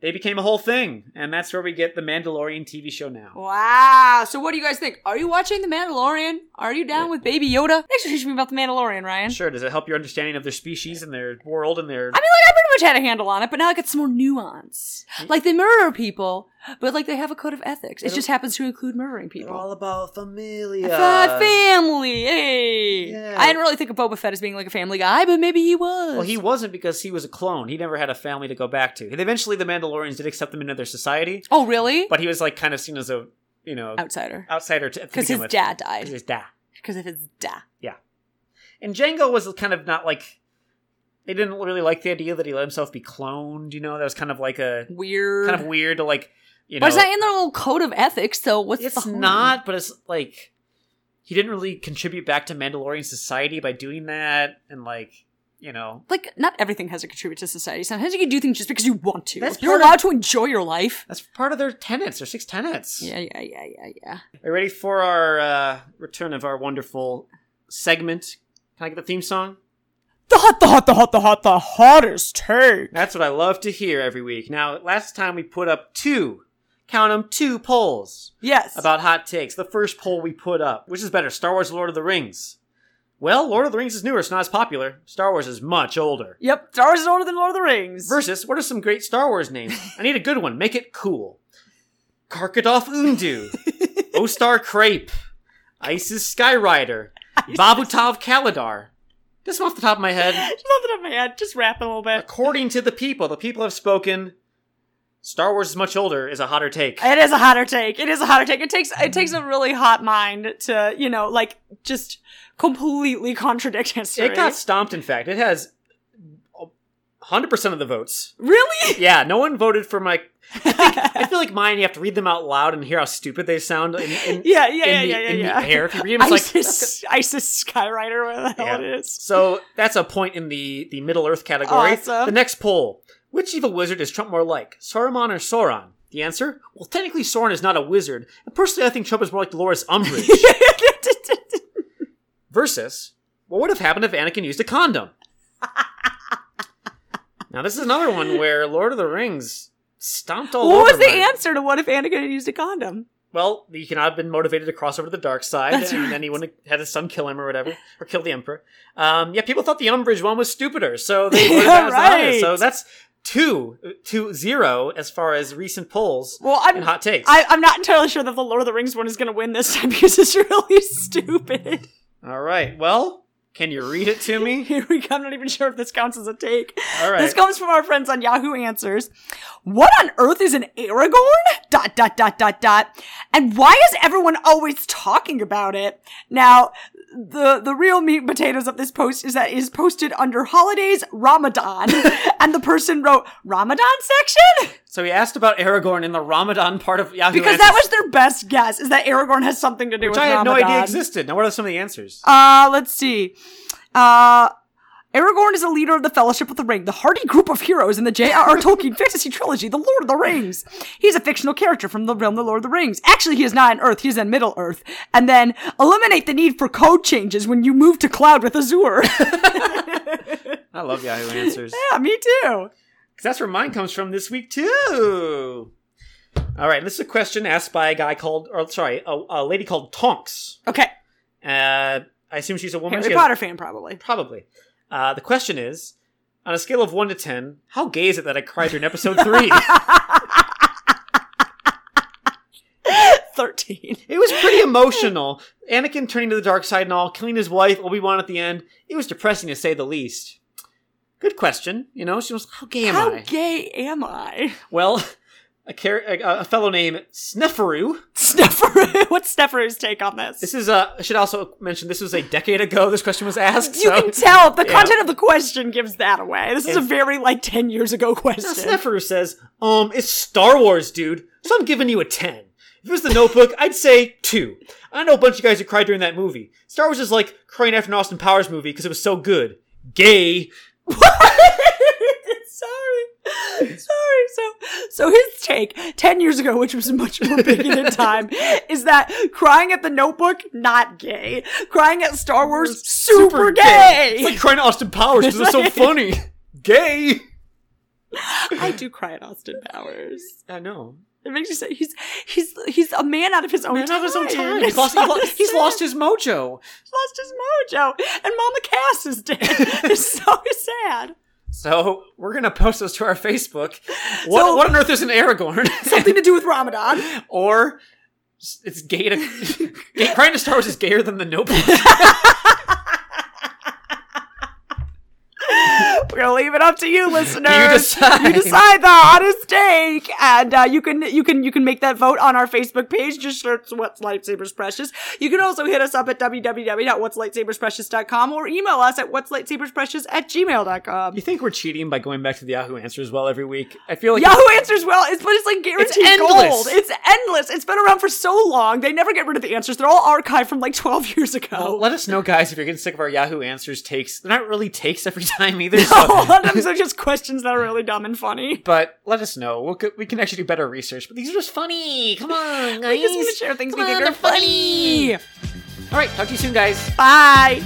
they became a whole thing, and that's where we get the Mandalorian TV show now.
Oh, Wow. So, what do you guys think? Are you watching The Mandalorian? Are you down with Baby Yoda? Next week should be about The Mandalorian, Ryan.
Sure, does it help your understanding of their species and their world and their?
I mean, like I pretty much had a handle on it, but now I got some more nuance. Like they murder people, but like they have a code of ethics. It just happens to include murdering people.
about familia.
Fa- family. Hey.
Oh, Yeah.
I didn't really think of Boba Fett as being like a family guy, but maybe he was.
Well, he wasn't because he was a clone. He never had a family to go back to. And eventually, the Mandalorians did accept him into their society,
Oh, really?
but he was like kind of seen as a you know
Outsider.
outsider to
Because his dad died.
His dad.
Because of his dad.
And Django was kind of not like they didn't really like the idea that he let himself be cloned. You know, that was kind of like a
Weird.
kind of weird to like you know.
But it's not in their little code of ethics, so what's the
it's
harm?
not, but it's like he didn't really contribute back to Mandalorian society by doing that, and like you know,
Like, not everything has to contribute to society. Sometimes you can do things just because you want to.
That's
You're
part of-
allowed to enjoy your life.
that's part of their tenets. Their six tenets.
Yeah, yeah, yeah, yeah, yeah.
Are you ready for our uh, return of our wonderful segment? Can I get the theme song?
The hot, the hot, the hot, the hot, the hottest take.
That's what I love to hear every week. Now, last time we put up two, count them, two polls.
Yes.
about hot takes. The first poll we put up, which is better, Star Wars, or Lord of the Rings. Well, Lord of the Rings is newer, it's not as popular. Star Wars is much older.
Yep, Star Wars is older than Lord of the Rings. <laughs>
Versus, what are some great Star Wars names? I need a good one. Make it cool. Karkadoff Undu, Ostar Crepe, Isis Skyrider, Babutov Kalidar. Just off the top of
<laughs>
my head,
Just nothing up my head. Just rap a little bit.
according to the people, the people have spoken. Star Wars is much older is a hotter take.
It is a hotter take. It is a hotter take. It takes it takes a really hot mind to you know like just completely contradict history.
It got stomped. In fact, it has hundred percent of the votes. <laughs>
Really?
Yeah, no one voted for my. I, think, I feel like mine. You have to read them out loud and hear how stupid they sound in, in,
Yeah, yeah, <laughs>
in
yeah,
the,
yeah, yeah.
in
yeah.
the air.
<laughs>
If you read them, it's like
ISIS, ISIS Skyrider, whatever the hell
Yeah.
it
<laughs>
is. <laughs>
so. That's a point in the the Middle Earth category.
Awesome.
The next poll: Which evil wizard is Trump more like, Saruman or Sauron? The answer: Well, technically, Sauron is not a wizard, and personally, I think Trump is more like Dolores Umbridge.
<laughs>
versus what would have happened if Anakin used a condom. now this is another one where Lord of the Rings stomped all over.
what was the
mine.
answer to what if Anakin had used a condom?
Well, he cannot have been motivated to cross over to the dark side,
That's
and then he wouldn't have had his son kill him or whatever, or kill the emperor. Um, yeah, people thought the Umbridge one was stupider, so
<laughs>
they
Yeah,
voted that as the highest.
right.
So that's two to zero as far as recent polls
Well, I'm
and hot takes.
I, I'm not entirely sure that the Lord of the Rings one is going to win this time <laughs> because it's really stupid.
all right, well, can you read it to me?
<laughs> Here we go. I'm not even sure if this counts as a take.
All right.
This comes from our friends on Yahoo Answers. What on earth is an Aragorn? Dot, dot, dot, dot, dot. And why is everyone always talking about it? Now, the, the real meat and potatoes of this post is that it is posted under holidays,
<laughs>
Ramadan. and the person wrote, Ramadan section?
So he asked about Aragorn in the Ramadan part of Yahoo
Because
Answers.
that was their best guess, is that Aragorn has something to do
which
with
I had
Ramadan.
no idea existed. Now, what are some of the answers?
Uh, let's
see. Uh, Aragorn is a leader of the Fellowship of the Ring, the hardy group of heroes in the J.R.R. Tolkien fantasy trilogy, The Lord of the Rings. He is a fictional character from the realm of the Lord of the Rings. Actually, he is not on Earth, he is in Middle Earth. And then eliminate the need for code changes when you move to cloud with Azure. <laughs>
I love
<laughs>
Yahoo Answers.
yeah, me too.
'Cause that's where mine comes from this week, too. All right, this is a question asked by a guy called, or sorry, a, a lady called Tonks.
Okay,
Uh, I assume she's a woman.
Harry
She has-
Potter fan,
<laughs>
probably.
Probably. Uh, the question is, on a scale of 1 to 10, how gay is it that I cried during episode
<laughs>
3?
13.
It was pretty emotional. Anakin turning to the dark side and all, killing his wife, Obi Wan at the end. It was depressing to say the least. Good question. You know, she was, how gay am
How
I?
gay am I? <laughs>
well, <laughs> a, char- a, a fellow named Snefferu.
<laughs>
Sneffer, what's Sneffer's take on this?
This is, uh, I should also mention, this was a decade ago this question was asked.
You
so.
can tell the
Yeah.
content of the question gives that away. This is a very like ten years ago
Now, <laughs>
question. <laughs>
Snefferu says, um, it's Star Wars, dude, so I'm giving you a 10. If it was the notebook, I'd say two. I know a bunch of guys who cried during that movie. Star Wars is like crying after an Austin Powers movie because it was so good. Gay.
sorry, sorry. So, so his take ten years ago, which was much more big
<laughs>
in time, is that crying at the Notebook not gay, crying at Star Wars super, gay.
It's like crying Austin Powers because it's so funny. Gay.
<laughs> I do cry at Austin Powers.
I know.
It makes you say he's he's he's a man out of his own
Man,
time.
out of his
<laughs>
own time.
It's
He's lost, he's
so
lost- he's
sad.
lost his mojo.
lost his mojo, and Mama Cass is
<laughs>
dead. it's so sad.
So we're gonna post this to our Facebook. What,
So-
what on earth is
<laughs>
an Aragorn?
Something to do with Ramadan.
or s- it's gay to <laughs> gay, crying to Star Wars is gayer than the Notebook.
We're gonna leave it up to you, listeners.
You decide.
You decide the hottest take, and uh, you can you can you can make that vote on our Facebook page. Just search "What's Lightsabers Precious." You can also hit us up at www.what'slightsabersprecious.com or email us at what's lightsabersprecious at gmail.com.
<laughs> You think we're cheating by going back to the Yahoo Answers well every week? I feel like
Yahoo answers well. It's but it's like guaranteed
endless.
gold. It's endless. It's been around for so long. They never get rid of the answers. They're all archived from like twelve years ago.
Well,
<laughs>
Oh, let us know, guys, if you're getting sick of our Yahoo Answers takes. They're not really takes every <laughs> time either.
a
So,
lot of times they're just questions that are really dumb and funny.
but let us know. We'll, co- we can actually do better research. But these are just funny. Come
<laughs>
<laughs> on, guys.
We just want to share things
Come
we think
on,
are
they're funny.
funny.
All right, talk to you soon, guys.
Bye.